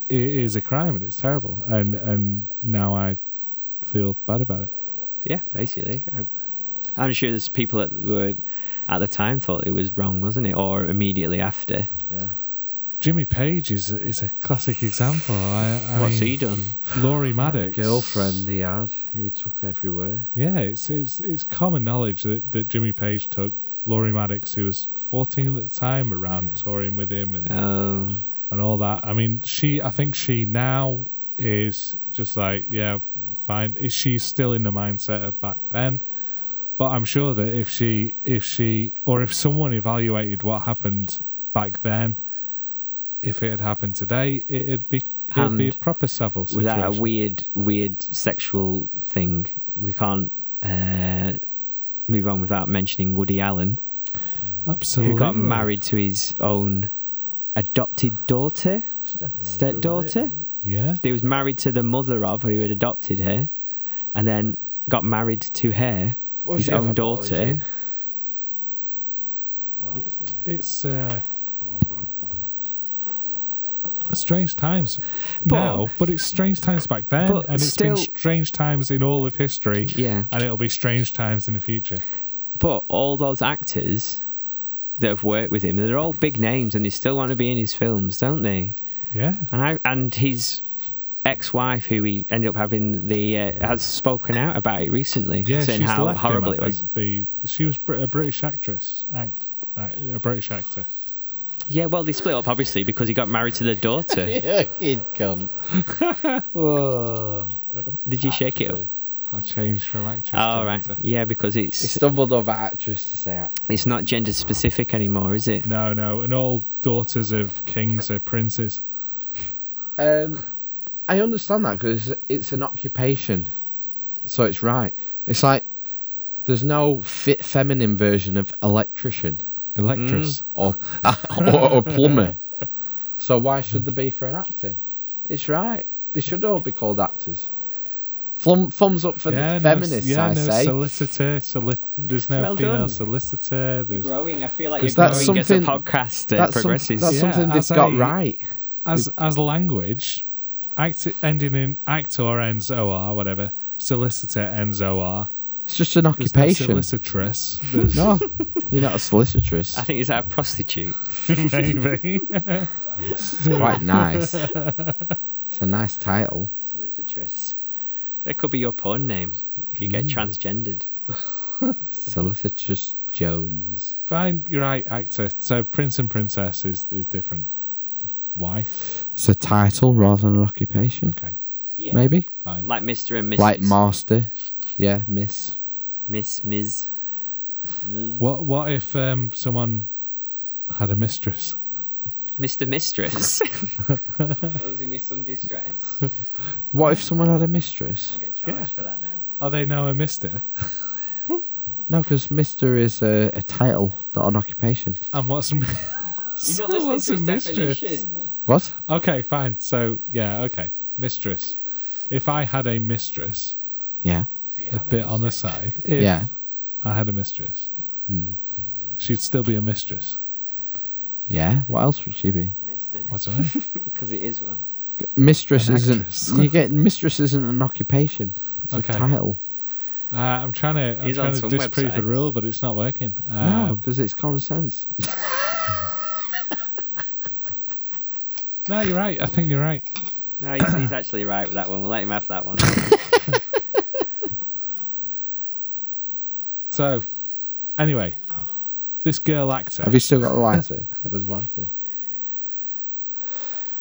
[SPEAKER 3] it is a crime and it's terrible. And and now I feel bad about it.
[SPEAKER 2] yeah, basically. I, I'm sure there's people that were at the time thought it was wrong, wasn't it, or immediately after.
[SPEAKER 1] Yeah.
[SPEAKER 3] Jimmy Page is is a classic example. I, I
[SPEAKER 2] What's
[SPEAKER 3] mean,
[SPEAKER 2] he done?
[SPEAKER 3] Laurie Maddox,
[SPEAKER 1] Girlfriend he had, who he took everywhere.
[SPEAKER 3] Yeah, it's it's it's common knowledge that, that Jimmy Page took Laurie Maddox, who was fourteen at the time, around touring with him and
[SPEAKER 2] Um,
[SPEAKER 3] and all that. I mean, she. I think she now is just like, yeah, fine. Is she still in the mindset of back then? But I'm sure that if she, if she, or if someone evaluated what happened back then, if it had happened today, it'd be it'd be a
[SPEAKER 2] And
[SPEAKER 3] proper Savile
[SPEAKER 2] was
[SPEAKER 3] situation.
[SPEAKER 2] that a weird, weird sexual thing? We can't uh, move on without mentioning Woody Allen.
[SPEAKER 3] Absolutely.
[SPEAKER 2] who got married to his own adopted daughter,
[SPEAKER 1] Stepdaughter.
[SPEAKER 2] stepdaughter.
[SPEAKER 3] Yeah.
[SPEAKER 2] He was married to the mother of who had adopted her, and then got married to her, his own daughter.
[SPEAKER 3] It's uh, strange times
[SPEAKER 2] But-
[SPEAKER 3] now, but it's strange times back then,
[SPEAKER 2] But
[SPEAKER 3] and it's been
[SPEAKER 2] still-
[SPEAKER 3] strange times in all of history.
[SPEAKER 2] Yeah.
[SPEAKER 3] and it'll be strange times in the future.
[SPEAKER 2] But all those actors that have worked with him, they're all big names, and they still want to be in his films, don't they?
[SPEAKER 3] Yeah,
[SPEAKER 2] And I and his ex-wife, who he ended up having the, uh, has spoken out about it recently,
[SPEAKER 3] yeah.
[SPEAKER 2] saying
[SPEAKER 3] she's
[SPEAKER 2] how
[SPEAKER 3] left him,
[SPEAKER 2] horrible
[SPEAKER 3] I
[SPEAKER 2] it was.
[SPEAKER 3] think. The she was Brit- a British actress, act, act, a British actor.
[SPEAKER 2] Yeah, well, they split up obviously because he got married to the daughter.
[SPEAKER 1] Fucking cunt. Whoa.
[SPEAKER 2] Did you shake it? up?
[SPEAKER 3] I changed from actress.
[SPEAKER 2] Oh
[SPEAKER 3] to
[SPEAKER 2] right,
[SPEAKER 3] actor.
[SPEAKER 2] yeah, because
[SPEAKER 1] He
[SPEAKER 2] it's
[SPEAKER 1] stumbled over actress to say actor.
[SPEAKER 2] it's not gender specific anymore, is it?
[SPEAKER 3] No, no, and all daughters of kings are princes.
[SPEAKER 1] Um, I understand that because it's an occupation, so it's right. It's like there's no fit feminine version of electrician
[SPEAKER 2] Mm.
[SPEAKER 3] Electress.
[SPEAKER 1] or or, or plumber. So why should there be for an actor? It's right. They should all be called actors. Thumb, thumbs up for the
[SPEAKER 3] no,
[SPEAKER 1] feminists,
[SPEAKER 3] yeah,
[SPEAKER 1] I
[SPEAKER 3] no
[SPEAKER 1] say.
[SPEAKER 3] solicitor. Soli- there's no
[SPEAKER 2] Well
[SPEAKER 3] female
[SPEAKER 2] done.
[SPEAKER 3] solicitor. There's
[SPEAKER 2] growing. I feel like
[SPEAKER 1] 'Cause you're that's growing
[SPEAKER 2] as the
[SPEAKER 1] something-
[SPEAKER 2] podcast uh,
[SPEAKER 1] that's some-
[SPEAKER 2] progresses.
[SPEAKER 1] that's
[SPEAKER 3] Yeah,
[SPEAKER 1] something they've
[SPEAKER 3] as
[SPEAKER 1] got
[SPEAKER 3] I-
[SPEAKER 1] right.
[SPEAKER 3] as as language, act ending in actor ends or whatever. Solicitor ends or.
[SPEAKER 1] It's just an
[SPEAKER 3] There's no
[SPEAKER 1] occupation.
[SPEAKER 3] solicitress. There's
[SPEAKER 1] No, you're not a solicitress.
[SPEAKER 2] I think is that a prostitute?
[SPEAKER 3] maybe.
[SPEAKER 1] It's quite nice. It's a nice title.
[SPEAKER 2] Solicitress. That could be your porn name if you get transgendered.
[SPEAKER 1] Solicitress Jones.
[SPEAKER 3] Fine, you're right, actor. So prince and princess is is different. Why?
[SPEAKER 1] It's a title rather than an occupation.
[SPEAKER 3] Okay,
[SPEAKER 2] Yeah.
[SPEAKER 1] Maybe
[SPEAKER 3] fine.
[SPEAKER 2] Like Mr. and Mrs.
[SPEAKER 1] like master. Yeah, miss.
[SPEAKER 2] Miss, Ms. Ms.
[SPEAKER 3] What what if um, someone had a mistress?
[SPEAKER 2] Mr. Mistress. Causing me some distress.
[SPEAKER 1] What if someone had a mistress?
[SPEAKER 2] get charged for that now.
[SPEAKER 3] Are Oh, they now a mister?
[SPEAKER 1] No, because mister is a, a title, not an occupation.
[SPEAKER 3] And what's m- what's a mistress?
[SPEAKER 1] What?
[SPEAKER 3] Okay, fine. So yeah, okay, mistress. If I had a mistress,
[SPEAKER 1] Yeah.
[SPEAKER 3] a bit on the side. If
[SPEAKER 1] Yeah.
[SPEAKER 3] I had a mistress,
[SPEAKER 1] Hmm.
[SPEAKER 3] she'd still be a mistress.
[SPEAKER 1] Yeah. What else would she be?
[SPEAKER 2] Mister.
[SPEAKER 3] What's her name?
[SPEAKER 2] Because it is one.
[SPEAKER 1] Mistress
[SPEAKER 3] An
[SPEAKER 1] isn't.
[SPEAKER 3] actress.
[SPEAKER 1] You get mistress isn't an occupation. It's
[SPEAKER 3] Okay.
[SPEAKER 1] a title.
[SPEAKER 3] Uh, I'm trying to. I'm
[SPEAKER 2] He's on
[SPEAKER 3] trying to
[SPEAKER 2] some
[SPEAKER 3] disprove the
[SPEAKER 2] websites.
[SPEAKER 3] rule, but it's not working.
[SPEAKER 1] No, 'cause no,
[SPEAKER 3] Um,
[SPEAKER 1] because it's common sense.
[SPEAKER 3] no, you're right. I think you're right.
[SPEAKER 2] No, he's, he's actually right with that one. We'll let him have that one.
[SPEAKER 3] So, anyway, this girl actor.
[SPEAKER 1] Have you still got a lighter? was lighter.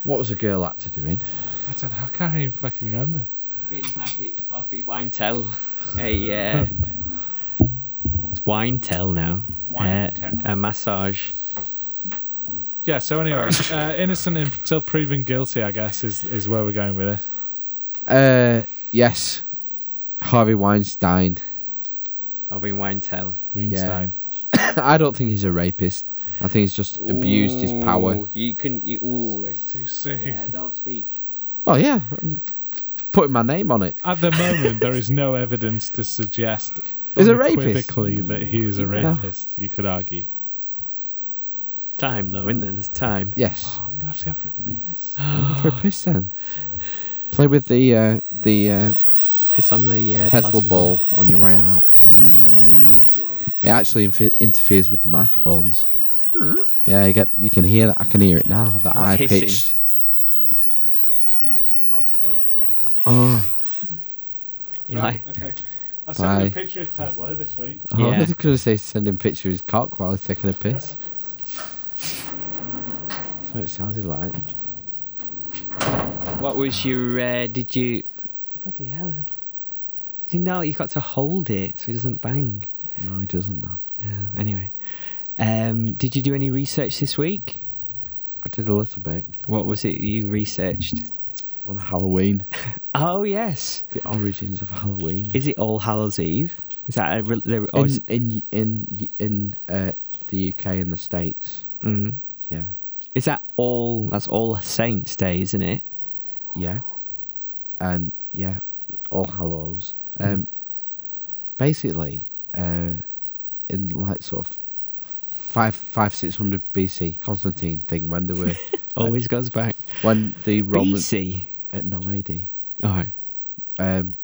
[SPEAKER 1] What was a girl actor doing?
[SPEAKER 3] I don't know. I can't even fucking remember.
[SPEAKER 2] Vin Harvey, Harvey Wintel. A, uh, it's Wintel now.
[SPEAKER 3] Wintel.
[SPEAKER 2] Uh, a massage.
[SPEAKER 3] Yeah. So anyway, uh, innocent until proven guilty. I guess is is where we're going with this.
[SPEAKER 1] Uh, yes, Harvey Weinstein.
[SPEAKER 2] Harvey Wintel.
[SPEAKER 3] Weinstein.
[SPEAKER 1] I don't think he's a rapist. I think he's just abused his power.
[SPEAKER 2] Ooh, You can. You, ooh.
[SPEAKER 3] Too soon.
[SPEAKER 2] Yeah, don't speak.
[SPEAKER 1] Well, yeah, I'm putting my name on it.
[SPEAKER 3] At the moment, there is no evidence to suggest
[SPEAKER 1] He's a rapist.
[SPEAKER 3] unequivocally that he is a
[SPEAKER 1] No.
[SPEAKER 3] rapist. You could argue.
[SPEAKER 2] Time though, isn't there? There's time.
[SPEAKER 1] Yes,
[SPEAKER 3] I'm gonna have to go for a piss.
[SPEAKER 1] Go for a piss then. Play with the uh, the uh,
[SPEAKER 2] Piss on the uh,
[SPEAKER 1] Tesla
[SPEAKER 2] plasma
[SPEAKER 1] ball on your way out. It actually inf- interferes with the microphones. Yeah, you get you can hear that. I can hear it now. That
[SPEAKER 2] That's
[SPEAKER 1] high
[SPEAKER 2] hissing.
[SPEAKER 1] pitched.
[SPEAKER 3] This is the piss sound. it's hot. Oh no, it's candle.
[SPEAKER 1] Oh.
[SPEAKER 2] You like?
[SPEAKER 3] okay. I
[SPEAKER 1] sent you a Bye.
[SPEAKER 3] picture of Tesla this week.
[SPEAKER 1] Oh, I
[SPEAKER 2] Yeah.
[SPEAKER 1] was going to say send him a picture of his cock while he's taking a piss. That's what it sounded like.
[SPEAKER 2] What was your? Uh, did you? Bloody hell! You know you got to hold it so it doesn't bang.
[SPEAKER 1] No, he doesn't know.
[SPEAKER 2] Yeah, anyway, um, did you do any research this week?
[SPEAKER 1] I did a little bit
[SPEAKER 2] What was it you researched?
[SPEAKER 1] on Halloween.
[SPEAKER 2] Oh yes,
[SPEAKER 1] the origins of Halloween.
[SPEAKER 2] is it All Hallows Eve? Is that a, re- the- or is-
[SPEAKER 1] in in in in uh, the UK and the States.
[SPEAKER 2] mm.
[SPEAKER 1] Yeah.
[SPEAKER 2] Is that all? That's All Saints Day, isn't it?
[SPEAKER 1] yeah, and yeah, All Hallows.
[SPEAKER 2] Hmm.
[SPEAKER 1] Um, basically, uh, in like sort of five five six hundred BC Constantine thing when they were
[SPEAKER 2] Always goes back.
[SPEAKER 1] when the Roman
[SPEAKER 2] BC.
[SPEAKER 1] uh, no AD
[SPEAKER 2] All right.
[SPEAKER 1] um,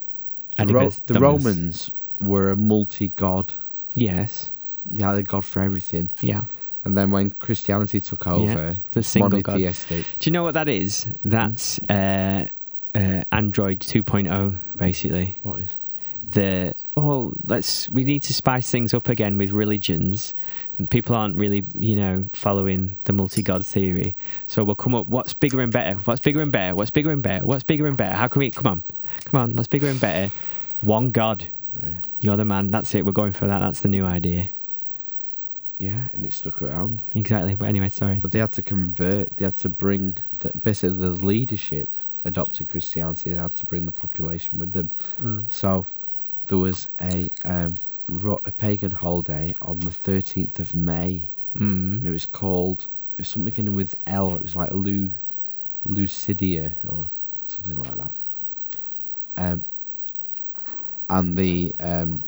[SPEAKER 1] the,
[SPEAKER 2] Adidas
[SPEAKER 1] Ro- the
[SPEAKER 2] Dumbers.
[SPEAKER 1] Romans were a multi god.
[SPEAKER 2] Yes.
[SPEAKER 1] They had a god for everything,
[SPEAKER 2] Yeah.
[SPEAKER 1] and then when Christianity took over,
[SPEAKER 2] the
[SPEAKER 1] it's
[SPEAKER 2] single god.
[SPEAKER 1] monotheistic.
[SPEAKER 2] Do you know what that is? That's uh, uh, Android 2.0, basically.
[SPEAKER 1] What is?
[SPEAKER 2] The oh, let's we need to spice things up again with religions. People aren't really, you know, following the multi-god theory. So we'll come up. What's bigger and better? What's bigger and better? What's bigger and better? What's bigger and better? How can we? Come on, come on. What's bigger and better? One God.
[SPEAKER 1] Yeah.
[SPEAKER 2] You're the man. That's it. We're going for that. That's the new idea.
[SPEAKER 1] yeah, and it stuck around.
[SPEAKER 2] Exactly. But anyway, sorry.
[SPEAKER 1] But they had to convert. They had to bring the, basically the leadership adopted Christianity. They had to bring the population with them. So there was a um, ro- a pagan holiday on the thirteenth of May.
[SPEAKER 2] Mm.
[SPEAKER 1] It was called it was something beginning with L. It was like Lu, Lucidia or something like that. Um, and the um,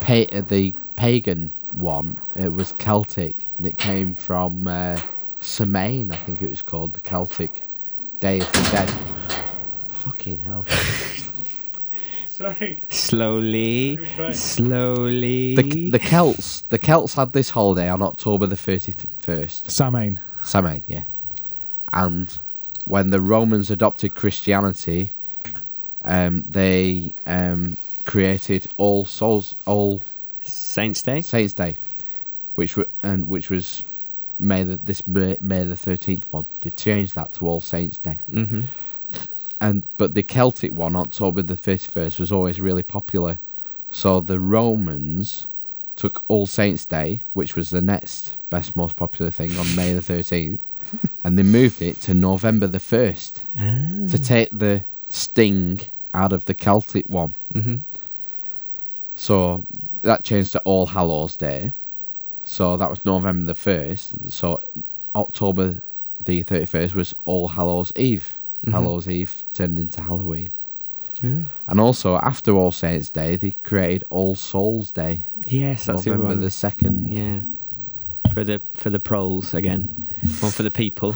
[SPEAKER 1] pa- uh, the pagan one it was Celtic and it came from uh, Samain, I think it was called the Celtic Day of the Dead. Fucking hell!
[SPEAKER 3] Sorry.
[SPEAKER 2] Slowly,
[SPEAKER 3] Right.
[SPEAKER 2] slowly.
[SPEAKER 1] the, the Celts the Celts had this holiday on October the thirty first.
[SPEAKER 3] Samhain.
[SPEAKER 1] Samhain, yeah. And when the Romans adopted Christianity, um, they um, created All Souls, All
[SPEAKER 2] Saints Day.
[SPEAKER 1] Saints Day, which wa- and which was May the, this May, May the thirteenth one. They changed that to All Saints Day,
[SPEAKER 2] Mm-hmm.
[SPEAKER 1] and but the Celtic one, October the thirty first, was always really popular. So the Romans took All Saints Day, which was the next best, most popular thing on May the thirteenth, and they moved it to November the first
[SPEAKER 2] Ah.
[SPEAKER 1] to take the sting out of the Celtic one.
[SPEAKER 2] Mm-hmm.
[SPEAKER 1] So that changed to All Hallows Day. So that was November the 1st. So October the 31st was All Hallows Eve. Hallows Eve turned into Halloween. And also, after All Saints Day, they created All Souls Day,
[SPEAKER 2] Yes, that's the
[SPEAKER 1] November
[SPEAKER 2] other
[SPEAKER 1] the
[SPEAKER 2] one.
[SPEAKER 1] 2nd.
[SPEAKER 2] Yeah, for the for the proles again, one for the people.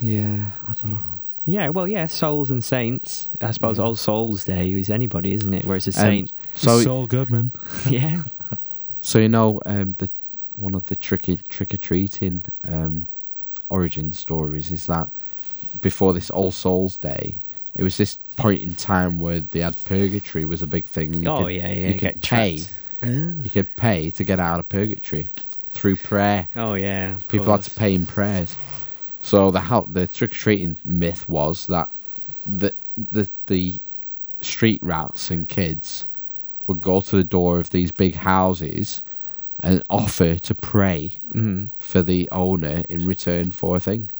[SPEAKER 1] Yeah, I don't know.
[SPEAKER 2] Yeah, well, yeah, souls and saints. I suppose
[SPEAKER 1] Yeah. Um,
[SPEAKER 2] All Souls Day is anybody, isn't it? Whereas a saint,
[SPEAKER 1] So,
[SPEAKER 3] Saul Goodman.
[SPEAKER 2] yeah,
[SPEAKER 1] so you know, um, the one of the tricky trick or treating um, origin stories is that before this All Souls Day, it was this point in time where they had purgatory was a big thing. You
[SPEAKER 2] oh
[SPEAKER 1] could-
[SPEAKER 2] yeah, yeah,
[SPEAKER 1] You could
[SPEAKER 2] get
[SPEAKER 1] pay.
[SPEAKER 2] trapped. Oh.
[SPEAKER 1] You could pay to get out of purgatory through prayer.
[SPEAKER 2] Oh yeah, of
[SPEAKER 1] People had to
[SPEAKER 2] course.
[SPEAKER 1] pay in prayers. So the how the trick or treating myth was that the the the street rats and kids would go to the door of these big houses and offer to pray
[SPEAKER 2] Mhm.
[SPEAKER 1] for the owner in return for a thing.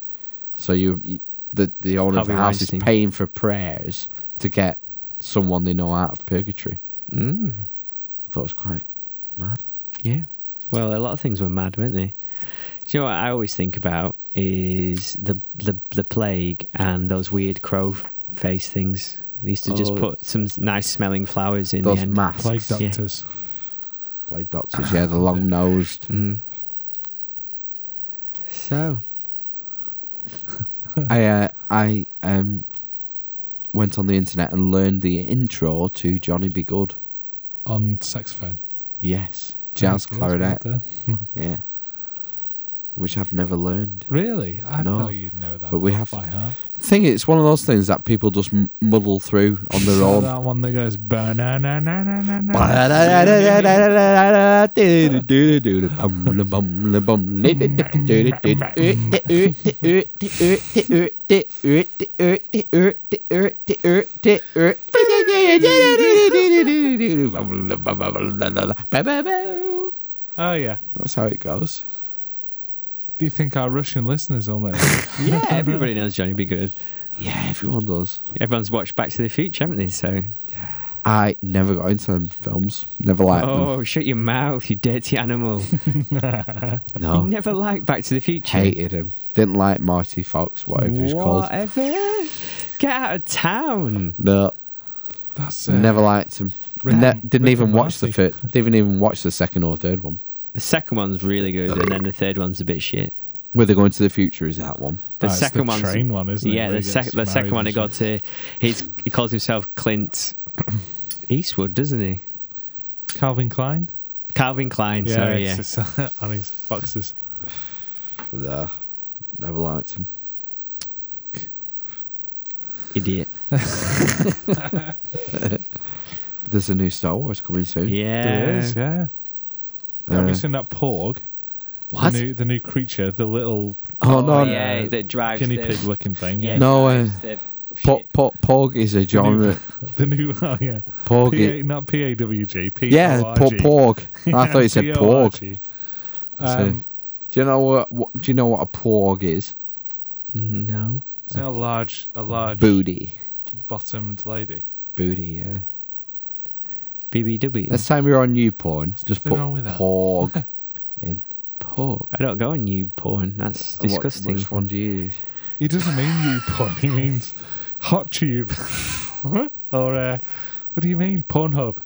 [SPEAKER 1] So you, you- the the owner of
[SPEAKER 2] Harvey
[SPEAKER 1] the house
[SPEAKER 2] Weinstein.
[SPEAKER 1] is paying for prayers to get someone they know out of purgatory.
[SPEAKER 2] Mm.
[SPEAKER 1] I thought it was quite mad.
[SPEAKER 2] Yeah. Well, a lot of things were mad, weren't they? Do you know what I always think about is the the the plague and those weird crow face things. They used to just
[SPEAKER 1] Oh.
[SPEAKER 2] put some nice smelling flowers in the
[SPEAKER 1] Those
[SPEAKER 2] end.
[SPEAKER 1] masks,
[SPEAKER 3] Plague
[SPEAKER 1] plague,
[SPEAKER 2] Yeah.
[SPEAKER 3] Doctors.
[SPEAKER 1] doctors, yeah, the long nosed.
[SPEAKER 2] Mm. So
[SPEAKER 1] I uh, I um went on the internet and learned the intro to Johnny Be Good.
[SPEAKER 3] On saxophone.
[SPEAKER 1] Yes, jazz
[SPEAKER 3] Okay,
[SPEAKER 1] clarinet.
[SPEAKER 3] well done.
[SPEAKER 1] Yeah, which I've never learned.
[SPEAKER 3] Really? I
[SPEAKER 1] No.
[SPEAKER 3] thought you'd know that.
[SPEAKER 1] But we have-
[SPEAKER 3] off by heart.
[SPEAKER 1] Thing, it's one of those things that people just m- muddle through on their
[SPEAKER 3] So
[SPEAKER 1] own.
[SPEAKER 3] That one that goes banana na na na na.
[SPEAKER 1] That's
[SPEAKER 3] Oh yeah.
[SPEAKER 1] how it goes.
[SPEAKER 3] Do you think our Russian listeners will know?
[SPEAKER 2] yeah, everybody knows Johnny Be Good.
[SPEAKER 1] Yeah, everyone does.
[SPEAKER 2] Everyone's watched Back to the Future, haven't they? So
[SPEAKER 1] I never got into them films. Never liked
[SPEAKER 2] oh, shut your mouth, you dirty animal!
[SPEAKER 1] them.
[SPEAKER 2] You
[SPEAKER 1] No,
[SPEAKER 2] never liked Back to the Future.
[SPEAKER 1] hated him. Didn't like Marty Fox, whatever he's called.
[SPEAKER 2] Whatever. Get out of town.
[SPEAKER 1] No,
[SPEAKER 3] That's uh,
[SPEAKER 1] never liked him.
[SPEAKER 3] Rick
[SPEAKER 1] Ne-
[SPEAKER 3] and-
[SPEAKER 1] didn't
[SPEAKER 3] Rick
[SPEAKER 1] even
[SPEAKER 3] and
[SPEAKER 1] watch the
[SPEAKER 3] Morty.
[SPEAKER 1] fir- didn't even watch the second or third one.
[SPEAKER 2] The second one's really good, and then the third one's a bit shit.
[SPEAKER 1] Where they're going to the future is that one.
[SPEAKER 2] The
[SPEAKER 3] Ah, it's the
[SPEAKER 2] second one's-
[SPEAKER 3] train one, isn't it,
[SPEAKER 2] Yeah,
[SPEAKER 3] where
[SPEAKER 2] the,
[SPEAKER 3] he
[SPEAKER 2] sec-
[SPEAKER 3] gets
[SPEAKER 2] the
[SPEAKER 3] married
[SPEAKER 2] second one he
[SPEAKER 3] and
[SPEAKER 2] got to, he's, he calls himself Clint Eastwood, doesn't he?
[SPEAKER 3] Calvin Klein.
[SPEAKER 2] Calvin Klein,
[SPEAKER 3] Yeah,
[SPEAKER 2] sorry, yeah.
[SPEAKER 3] it's just on his boxes.
[SPEAKER 1] Nah, uh, never liked him.
[SPEAKER 2] Idiot.
[SPEAKER 1] There's a new Star Wars coming soon.
[SPEAKER 2] Yeah.
[SPEAKER 3] There is, yeah. Have
[SPEAKER 1] Uh,
[SPEAKER 3] you seen that Porg?
[SPEAKER 1] What?
[SPEAKER 3] The new, the new creature, the little
[SPEAKER 1] Oh, no,
[SPEAKER 2] Oh,
[SPEAKER 1] no.
[SPEAKER 2] yeah, that drives
[SPEAKER 3] guinea
[SPEAKER 2] the-
[SPEAKER 3] pig looking thing.
[SPEAKER 2] yeah,
[SPEAKER 3] Yeah.
[SPEAKER 1] No, uh,
[SPEAKER 2] drives the
[SPEAKER 1] Po-
[SPEAKER 2] shit.
[SPEAKER 1] po- Pog is a genre.
[SPEAKER 3] The new, oh yeah.
[SPEAKER 1] Porg
[SPEAKER 3] P-A,
[SPEAKER 1] it-
[SPEAKER 3] not P-A-W-G. P-O-R-G.
[SPEAKER 1] Yeah, po- Porg. I thought you said Porg.
[SPEAKER 3] P-O-R-G.
[SPEAKER 1] So-
[SPEAKER 3] Um,
[SPEAKER 1] Do you know what, what? Do you know what a porg is?
[SPEAKER 2] No.
[SPEAKER 3] it's now a large, a large
[SPEAKER 1] Booty.
[SPEAKER 3] bottomed lady.
[SPEAKER 1] Booty. Yeah.
[SPEAKER 2] BBW.
[SPEAKER 1] Next time you're on new porn, just
[SPEAKER 3] nothing
[SPEAKER 1] put
[SPEAKER 3] wrong with that.
[SPEAKER 1] porg in.
[SPEAKER 2] pork. I don't go on you porn. That's
[SPEAKER 1] And what-
[SPEAKER 2] disgusting.
[SPEAKER 1] which one do you use?
[SPEAKER 3] He doesn't mean you porn. He means hot tube. or uh, what do you mean Pornhub?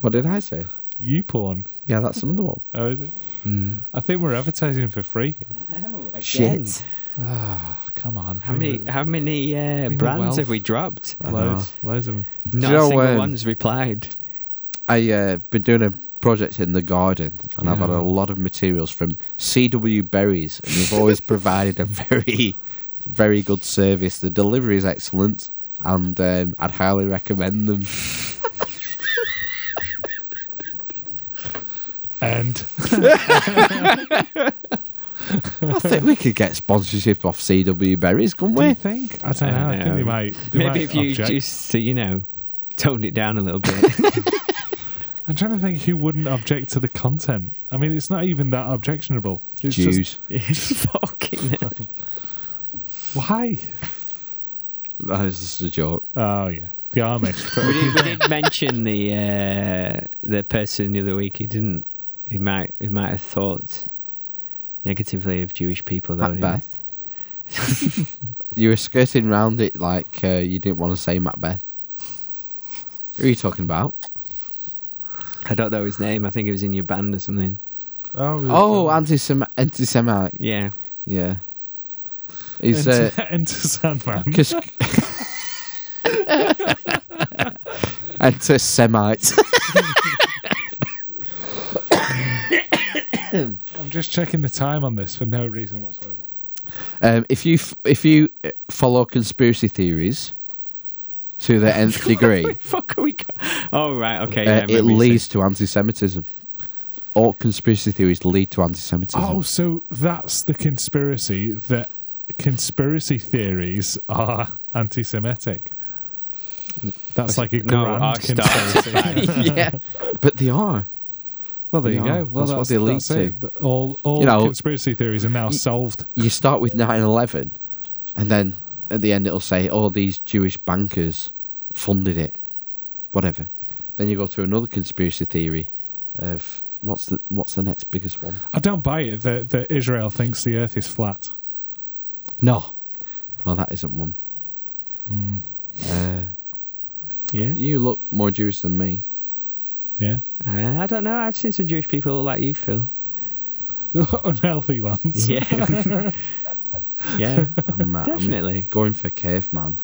[SPEAKER 1] What did I say?
[SPEAKER 3] You porn?
[SPEAKER 1] Yeah, that's another one.
[SPEAKER 3] Oh, is it?
[SPEAKER 1] Hmm.
[SPEAKER 3] I think we're advertising for free.
[SPEAKER 1] Shit.
[SPEAKER 3] Ah, come on.
[SPEAKER 2] How many how many uh,
[SPEAKER 3] Bring the
[SPEAKER 2] brands
[SPEAKER 3] wealth.
[SPEAKER 2] have we dropped?
[SPEAKER 1] I
[SPEAKER 3] Loads, loads of them.
[SPEAKER 2] Not
[SPEAKER 1] know
[SPEAKER 2] a single
[SPEAKER 1] when-
[SPEAKER 2] one's replied.
[SPEAKER 1] I uh, been doing a project in the garden, and I've had
[SPEAKER 3] Yeah.
[SPEAKER 1] a lot of materials from CW Berries, and they've always provided a very, very good service. The delivery is excellent, and um, I'd highly recommend them.
[SPEAKER 3] And
[SPEAKER 1] I think we could get sponsorship off CW Berries, couldn't
[SPEAKER 3] do you
[SPEAKER 1] we?
[SPEAKER 3] think? I don't know. I think
[SPEAKER 2] know.
[SPEAKER 3] they might. They might
[SPEAKER 2] um, Maybe if you
[SPEAKER 3] object.
[SPEAKER 2] just you know toned it down a little bit.
[SPEAKER 3] I'm trying to think who wouldn't object to the content. I mean, it's not even that objectionable. It's just
[SPEAKER 1] Jews.
[SPEAKER 2] Fucking hell.
[SPEAKER 3] why?
[SPEAKER 1] That is just a joke.
[SPEAKER 3] Oh yeah, the Amish. But
[SPEAKER 2] we, did, we did mention the uh, the person the other week. He didn't. He might he might have thought negatively of Jewish people though. didn't he?
[SPEAKER 1] Macbeth. you were skirting round it like uh, you didn't want to say Macbeth. Who are you talking about?
[SPEAKER 2] I don't know his name. I think he was in your band or something.
[SPEAKER 1] Oh, anti-Semitic. anti-Semitic.
[SPEAKER 2] Yeah.
[SPEAKER 1] Yeah. He's uh,
[SPEAKER 3] enter, enter Sandman.
[SPEAKER 1] Cause... Enter Semite.
[SPEAKER 3] I'm just checking the time on this for no reason whatsoever.
[SPEAKER 1] um, if you f- if you uh, follow conspiracy theories to the nth degree,
[SPEAKER 2] Fuck are we? Go- oh right. Okay.
[SPEAKER 1] uh,
[SPEAKER 2] Yeah,
[SPEAKER 1] it
[SPEAKER 2] maybe you said-
[SPEAKER 1] leads to anti-Semitism. All conspiracy theories lead to anti-Semitism.
[SPEAKER 3] Oh, so that's the conspiracy that conspiracy theories are anti-Semitic. That's like a
[SPEAKER 2] No,
[SPEAKER 3] grand
[SPEAKER 2] our
[SPEAKER 3] conspiracy.
[SPEAKER 1] yeah, but they are.
[SPEAKER 3] well, there you
[SPEAKER 1] Yeah,
[SPEAKER 3] go.
[SPEAKER 1] that's
[SPEAKER 3] Well,
[SPEAKER 1] what they lead
[SPEAKER 3] that's it. The- All all
[SPEAKER 1] You know-
[SPEAKER 3] conspiracy theories are now solved.
[SPEAKER 1] You start with 9-11, and then at the end it'll say, "Oh, these Jewish bankers funded it." Whatever. Then you go to another conspiracy theory of what's the what's the next biggest one?
[SPEAKER 3] I don't buy it that, that Israel thinks the Earth is flat.
[SPEAKER 1] No. No, that isn't one.
[SPEAKER 3] Hmm.
[SPEAKER 1] Uh,
[SPEAKER 2] Yeah.
[SPEAKER 1] you look more Jewish than me.
[SPEAKER 3] Yeah,
[SPEAKER 2] Uh, I I don't know. I've seen some Jewish people like you, Phil.
[SPEAKER 3] unhealthy ones.
[SPEAKER 2] Yeah. yeah.
[SPEAKER 1] I'm, uh, I'm
[SPEAKER 2] Definitely.
[SPEAKER 1] going for caveman.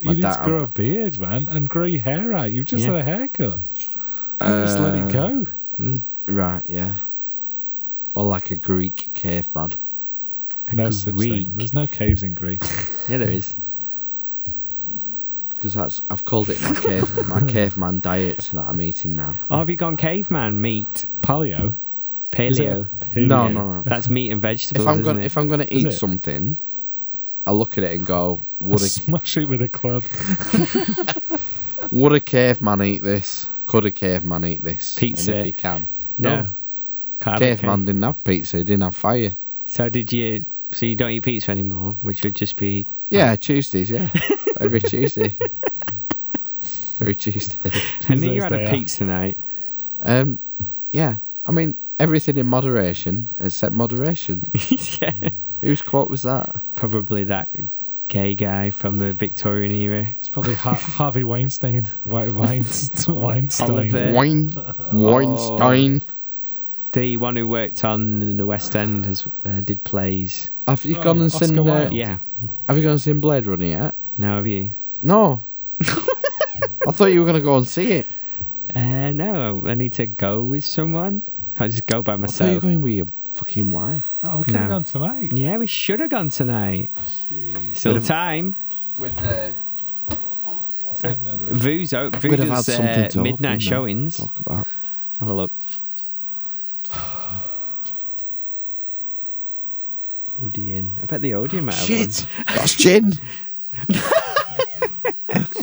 [SPEAKER 3] you
[SPEAKER 1] Like
[SPEAKER 3] need
[SPEAKER 1] that,
[SPEAKER 3] to grow
[SPEAKER 1] I'm-
[SPEAKER 3] a beard, man, and grow your hair out. You've just
[SPEAKER 2] Yeah.
[SPEAKER 3] had a haircut. You just let it go.
[SPEAKER 1] Right, yeah. Or like a Greek caveman.
[SPEAKER 3] No such thing.
[SPEAKER 2] Greek.
[SPEAKER 3] There's no caves in Greece.
[SPEAKER 2] Yeah, there is.
[SPEAKER 1] Because that's I've called it my cave my caveman diet that I'm eating now.
[SPEAKER 2] Oh, have you gone caveman meat?
[SPEAKER 3] Paleo. Is it a
[SPEAKER 2] Paleo.
[SPEAKER 3] paleo?
[SPEAKER 1] No, no, no.
[SPEAKER 2] That's meat and vegetables.
[SPEAKER 1] if I'm
[SPEAKER 2] isn't
[SPEAKER 1] gonna
[SPEAKER 2] it?
[SPEAKER 1] if I'm gonna eat
[SPEAKER 3] it?
[SPEAKER 1] something, I look at it and go, Would a
[SPEAKER 3] Smash it with a club.
[SPEAKER 1] would a caveman eat this? Could a caveman eat this?
[SPEAKER 2] Pizza.
[SPEAKER 1] And if he can.
[SPEAKER 2] no. Can't have it,
[SPEAKER 1] Caveman
[SPEAKER 2] can you?
[SPEAKER 1] didn't have pizza, he didn't have fire.
[SPEAKER 2] So did you? So you don't eat pizza anymore, which would just be
[SPEAKER 1] Yeah, Tuesdays, yeah. Every Tuesday. Every Tuesday.
[SPEAKER 2] I knew you had
[SPEAKER 3] Tuesday
[SPEAKER 2] a
[SPEAKER 3] off.
[SPEAKER 2] pizza night.
[SPEAKER 1] Um yeah. I mean everything in moderation except moderation.
[SPEAKER 2] yeah.
[SPEAKER 1] Whose quote was that?
[SPEAKER 2] Probably that gay guy from the Victorian era.
[SPEAKER 3] It's probably Har- Harvey Weinstein. Wei- Weinst- Weinstein.
[SPEAKER 2] Oliver. Uh,
[SPEAKER 1] Wine,
[SPEAKER 3] Oh.
[SPEAKER 1] Weinstein.
[SPEAKER 2] The one who worked on the West End has uh, did plays.
[SPEAKER 1] Have you
[SPEAKER 3] Oh,
[SPEAKER 1] gone and
[SPEAKER 3] Oscar
[SPEAKER 1] seen? Uh,
[SPEAKER 3] Wilde.
[SPEAKER 2] Yeah.
[SPEAKER 1] have you gone and seen Blade Runner yet?
[SPEAKER 2] Now have you?
[SPEAKER 1] No. I thought you were gonna go and see it.
[SPEAKER 2] Uh, no, I need to go with someone. Can't just go by
[SPEAKER 1] I thought you were
[SPEAKER 2] myself.
[SPEAKER 1] going with your fucking wife.
[SPEAKER 3] Oh, we could have
[SPEAKER 2] No.
[SPEAKER 3] gone tonight.
[SPEAKER 2] Yeah, we should have gone tonight.
[SPEAKER 1] We'd
[SPEAKER 2] Still
[SPEAKER 1] have-
[SPEAKER 2] time.
[SPEAKER 1] With the
[SPEAKER 2] Vu's out. Vu
[SPEAKER 1] We'd have
[SPEAKER 2] does,
[SPEAKER 1] had something
[SPEAKER 2] uh,
[SPEAKER 1] to
[SPEAKER 2] midnight
[SPEAKER 1] open, though.
[SPEAKER 2] showings.
[SPEAKER 1] talk about.
[SPEAKER 2] Have a look. Odeon. I bet the Odeon might have
[SPEAKER 1] Shit, that's gin.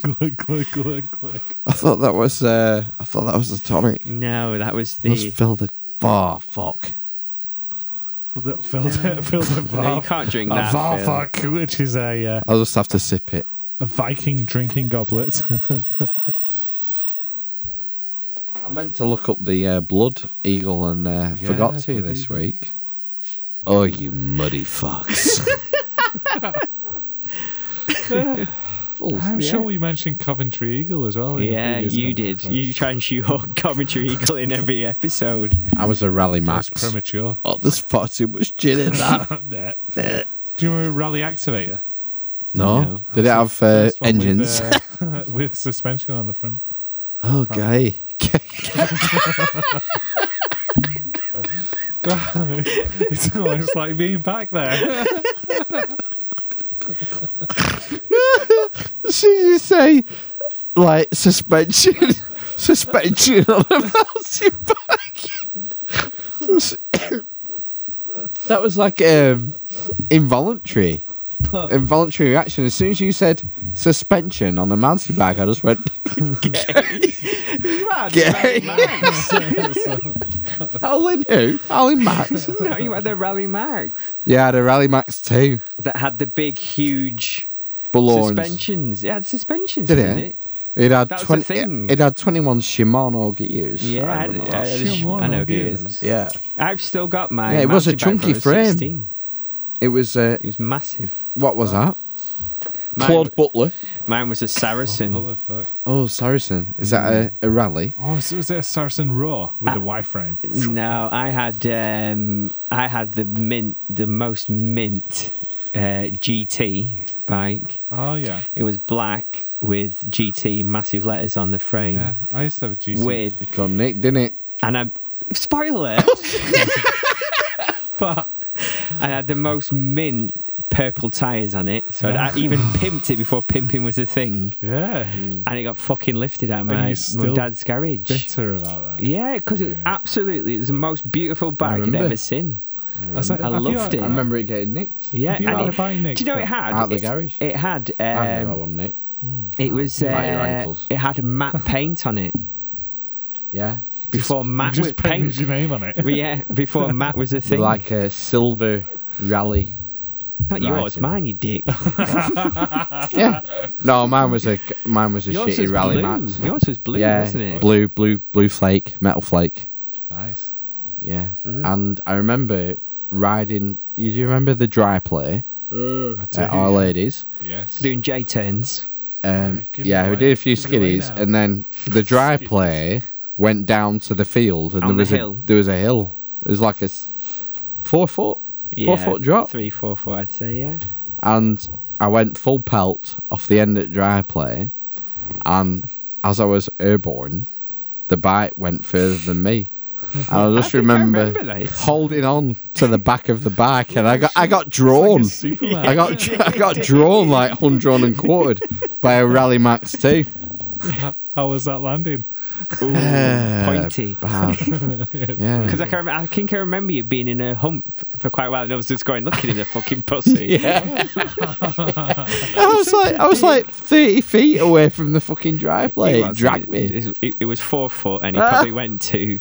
[SPEAKER 3] Glug, glug, glug, glug.
[SPEAKER 1] I thought that was. Uh, I thought that was the tonic.
[SPEAKER 2] one. No, that was the.
[SPEAKER 1] Must fill the. Oh fuck.
[SPEAKER 3] Filled it, filled it, filled it.
[SPEAKER 2] No, you can't drink
[SPEAKER 3] a
[SPEAKER 2] that. Phil.
[SPEAKER 3] varfuck, which is a, uh,
[SPEAKER 1] I'll just have to sip it.
[SPEAKER 3] a Viking drinking goblet.
[SPEAKER 1] I meant to look up the uh, blood eagle and uh, forgot to
[SPEAKER 3] blood
[SPEAKER 1] this
[SPEAKER 3] eagle.
[SPEAKER 1] week. Oh, you muddy fucks! Fools.
[SPEAKER 3] I'm
[SPEAKER 2] Yeah.
[SPEAKER 3] sure we mentioned Coventry Eagle as well. in the
[SPEAKER 2] Yeah,
[SPEAKER 3] previous
[SPEAKER 2] you
[SPEAKER 3] episode.
[SPEAKER 2] did. You try and shoehorn Coventry Eagle in every episode.
[SPEAKER 1] I was a rally
[SPEAKER 3] That's
[SPEAKER 1] max.
[SPEAKER 3] premature.
[SPEAKER 1] oh, there's far too much gin in that.
[SPEAKER 3] Do you remember Rally Activator?
[SPEAKER 1] no,
[SPEAKER 2] No.
[SPEAKER 1] did it have uh,
[SPEAKER 3] First one
[SPEAKER 1] engines?
[SPEAKER 3] With, uh, with suspension on the front.
[SPEAKER 1] oh, gay.
[SPEAKER 3] it's almost like being back there.
[SPEAKER 1] As soon as you say like suspension, suspension on a mountain bike. that was like um, involuntary, involuntary reaction. As soon as you said suspension on a mountain bike, I just went
[SPEAKER 2] You had
[SPEAKER 1] Gay.
[SPEAKER 2] Rally Max.
[SPEAKER 1] Howlin who? Howlin Max.
[SPEAKER 2] no, you had the Rally Max
[SPEAKER 1] yeah, I had a Rally Max too.
[SPEAKER 2] that had the big, huge
[SPEAKER 1] Balloons.
[SPEAKER 2] suspensions. It had suspensions,
[SPEAKER 1] Did
[SPEAKER 2] didn't
[SPEAKER 1] it?
[SPEAKER 2] it?
[SPEAKER 1] It had
[SPEAKER 2] That was the
[SPEAKER 1] twenty.
[SPEAKER 2] thing.
[SPEAKER 1] It, it had twenty-one Shimano gears.
[SPEAKER 2] Yeah, I,
[SPEAKER 1] I
[SPEAKER 2] had-
[SPEAKER 1] remember
[SPEAKER 2] I,
[SPEAKER 1] that.
[SPEAKER 2] had a sh-
[SPEAKER 3] Shimano
[SPEAKER 2] I know
[SPEAKER 3] gears.
[SPEAKER 2] gears.
[SPEAKER 1] yeah.
[SPEAKER 2] I've still got my.
[SPEAKER 1] Yeah, it was a
[SPEAKER 2] mountain bike
[SPEAKER 1] chunky
[SPEAKER 2] from when I was
[SPEAKER 1] frame.
[SPEAKER 2] 16.
[SPEAKER 1] It was. Uh,
[SPEAKER 2] It was massive.
[SPEAKER 1] what was that?
[SPEAKER 2] Mine-
[SPEAKER 1] Butler.
[SPEAKER 2] Mine was a Saracen.
[SPEAKER 3] What the fuck?
[SPEAKER 1] Oh, Saracen. Is that a, a rally?
[SPEAKER 3] Oh, so was it a Saracen Raw with a Y frame?
[SPEAKER 2] No, I had um, I had the mint, the most mint uh, GT bike.
[SPEAKER 3] Oh, yeah.
[SPEAKER 2] It was black with GT massive letters on the frame.
[SPEAKER 3] Yeah, I used to have a GC.
[SPEAKER 2] With
[SPEAKER 1] It got nicked, didn't it?
[SPEAKER 2] and I spoiler,
[SPEAKER 3] Fuck.
[SPEAKER 2] I had the most mint purple tires on it. So I even pimped it before pimping was a thing,
[SPEAKER 3] Yeah.
[SPEAKER 2] and it got fucking lifted out of
[SPEAKER 3] And
[SPEAKER 2] my
[SPEAKER 3] you're
[SPEAKER 2] mum
[SPEAKER 3] still
[SPEAKER 2] and dad's garage.
[SPEAKER 3] Bitter about that.
[SPEAKER 2] Yeah, because it was
[SPEAKER 3] Yeah.
[SPEAKER 2] absolutely it was the most beautiful bike I'd
[SPEAKER 1] remember.
[SPEAKER 2] ever seen.
[SPEAKER 3] I, said,
[SPEAKER 2] I
[SPEAKER 3] have you
[SPEAKER 2] loved
[SPEAKER 3] had-
[SPEAKER 2] it.
[SPEAKER 1] I remember it getting nicked.
[SPEAKER 2] Yeah,
[SPEAKER 3] Have you
[SPEAKER 2] and
[SPEAKER 3] had
[SPEAKER 2] it-
[SPEAKER 3] a bike nicked
[SPEAKER 2] Do you know
[SPEAKER 3] from-
[SPEAKER 2] it had
[SPEAKER 1] out the
[SPEAKER 2] it-
[SPEAKER 1] garage?
[SPEAKER 2] It had.
[SPEAKER 1] I remember I
[SPEAKER 2] Um,
[SPEAKER 1] won nicked.
[SPEAKER 2] it was.
[SPEAKER 1] Bite your
[SPEAKER 2] Uh,
[SPEAKER 1] ankles.
[SPEAKER 2] it had matte paint on it
[SPEAKER 1] Yeah.
[SPEAKER 2] before
[SPEAKER 3] You
[SPEAKER 2] matte was
[SPEAKER 3] just painted
[SPEAKER 2] paint.
[SPEAKER 3] your name on it.
[SPEAKER 2] Well, yeah, before matte was a thing.
[SPEAKER 1] Like a silver rally.
[SPEAKER 2] Not yours,
[SPEAKER 1] writing.
[SPEAKER 2] mine. You dick.
[SPEAKER 1] yeah. No, mine was a mine was a
[SPEAKER 2] yours
[SPEAKER 1] shitty
[SPEAKER 2] was
[SPEAKER 1] rally
[SPEAKER 2] blue.
[SPEAKER 1] max.
[SPEAKER 2] Yours was blue,
[SPEAKER 1] yeah.
[SPEAKER 2] wasn't it?
[SPEAKER 1] Blue, blue, blue flake, metal flake.
[SPEAKER 3] Nice.
[SPEAKER 1] Yeah.
[SPEAKER 2] Mm.
[SPEAKER 1] And I remember riding. You do remember the dry play
[SPEAKER 3] I do,
[SPEAKER 1] at Our
[SPEAKER 3] yeah.
[SPEAKER 1] Ladies?
[SPEAKER 3] Yes.
[SPEAKER 2] Doing J turns.
[SPEAKER 1] Um,
[SPEAKER 3] Alright, give it
[SPEAKER 1] yeah, we
[SPEAKER 3] away.
[SPEAKER 1] did a few
[SPEAKER 3] Give it away
[SPEAKER 1] skiddies,
[SPEAKER 3] now.
[SPEAKER 1] and then the dry play went down to the field, and
[SPEAKER 2] On
[SPEAKER 1] there was
[SPEAKER 2] the hill.
[SPEAKER 1] a there was a hill. It was like a s- four foot, four foot drop,
[SPEAKER 2] Three, four, four. I'd say yeah.
[SPEAKER 1] and I went full pelt off the end at dry play, and as I was airborne, the bike went further than me. And I just
[SPEAKER 2] think I
[SPEAKER 1] remember,
[SPEAKER 2] remember this.
[SPEAKER 1] holding on to the back of the bike, and I got I got drawn.
[SPEAKER 3] Superman.
[SPEAKER 1] I got I got drawn like undrawn and quartered by a Rally Max too.
[SPEAKER 3] How was that landing?
[SPEAKER 2] Ooh, pointy.
[SPEAKER 1] Bad.
[SPEAKER 2] Because
[SPEAKER 1] yeah.
[SPEAKER 2] I, can rem- I think I remember you being in a hump f- for quite a while, and I was just going, "Look at him, the fucking pussy."
[SPEAKER 1] Yeah. I was like, I was like thirty feet away from the fucking dry
[SPEAKER 2] He
[SPEAKER 1] plate. It
[SPEAKER 2] was-
[SPEAKER 1] dragged me. Ah.
[SPEAKER 2] It, it- it was four foot, and he probably went to.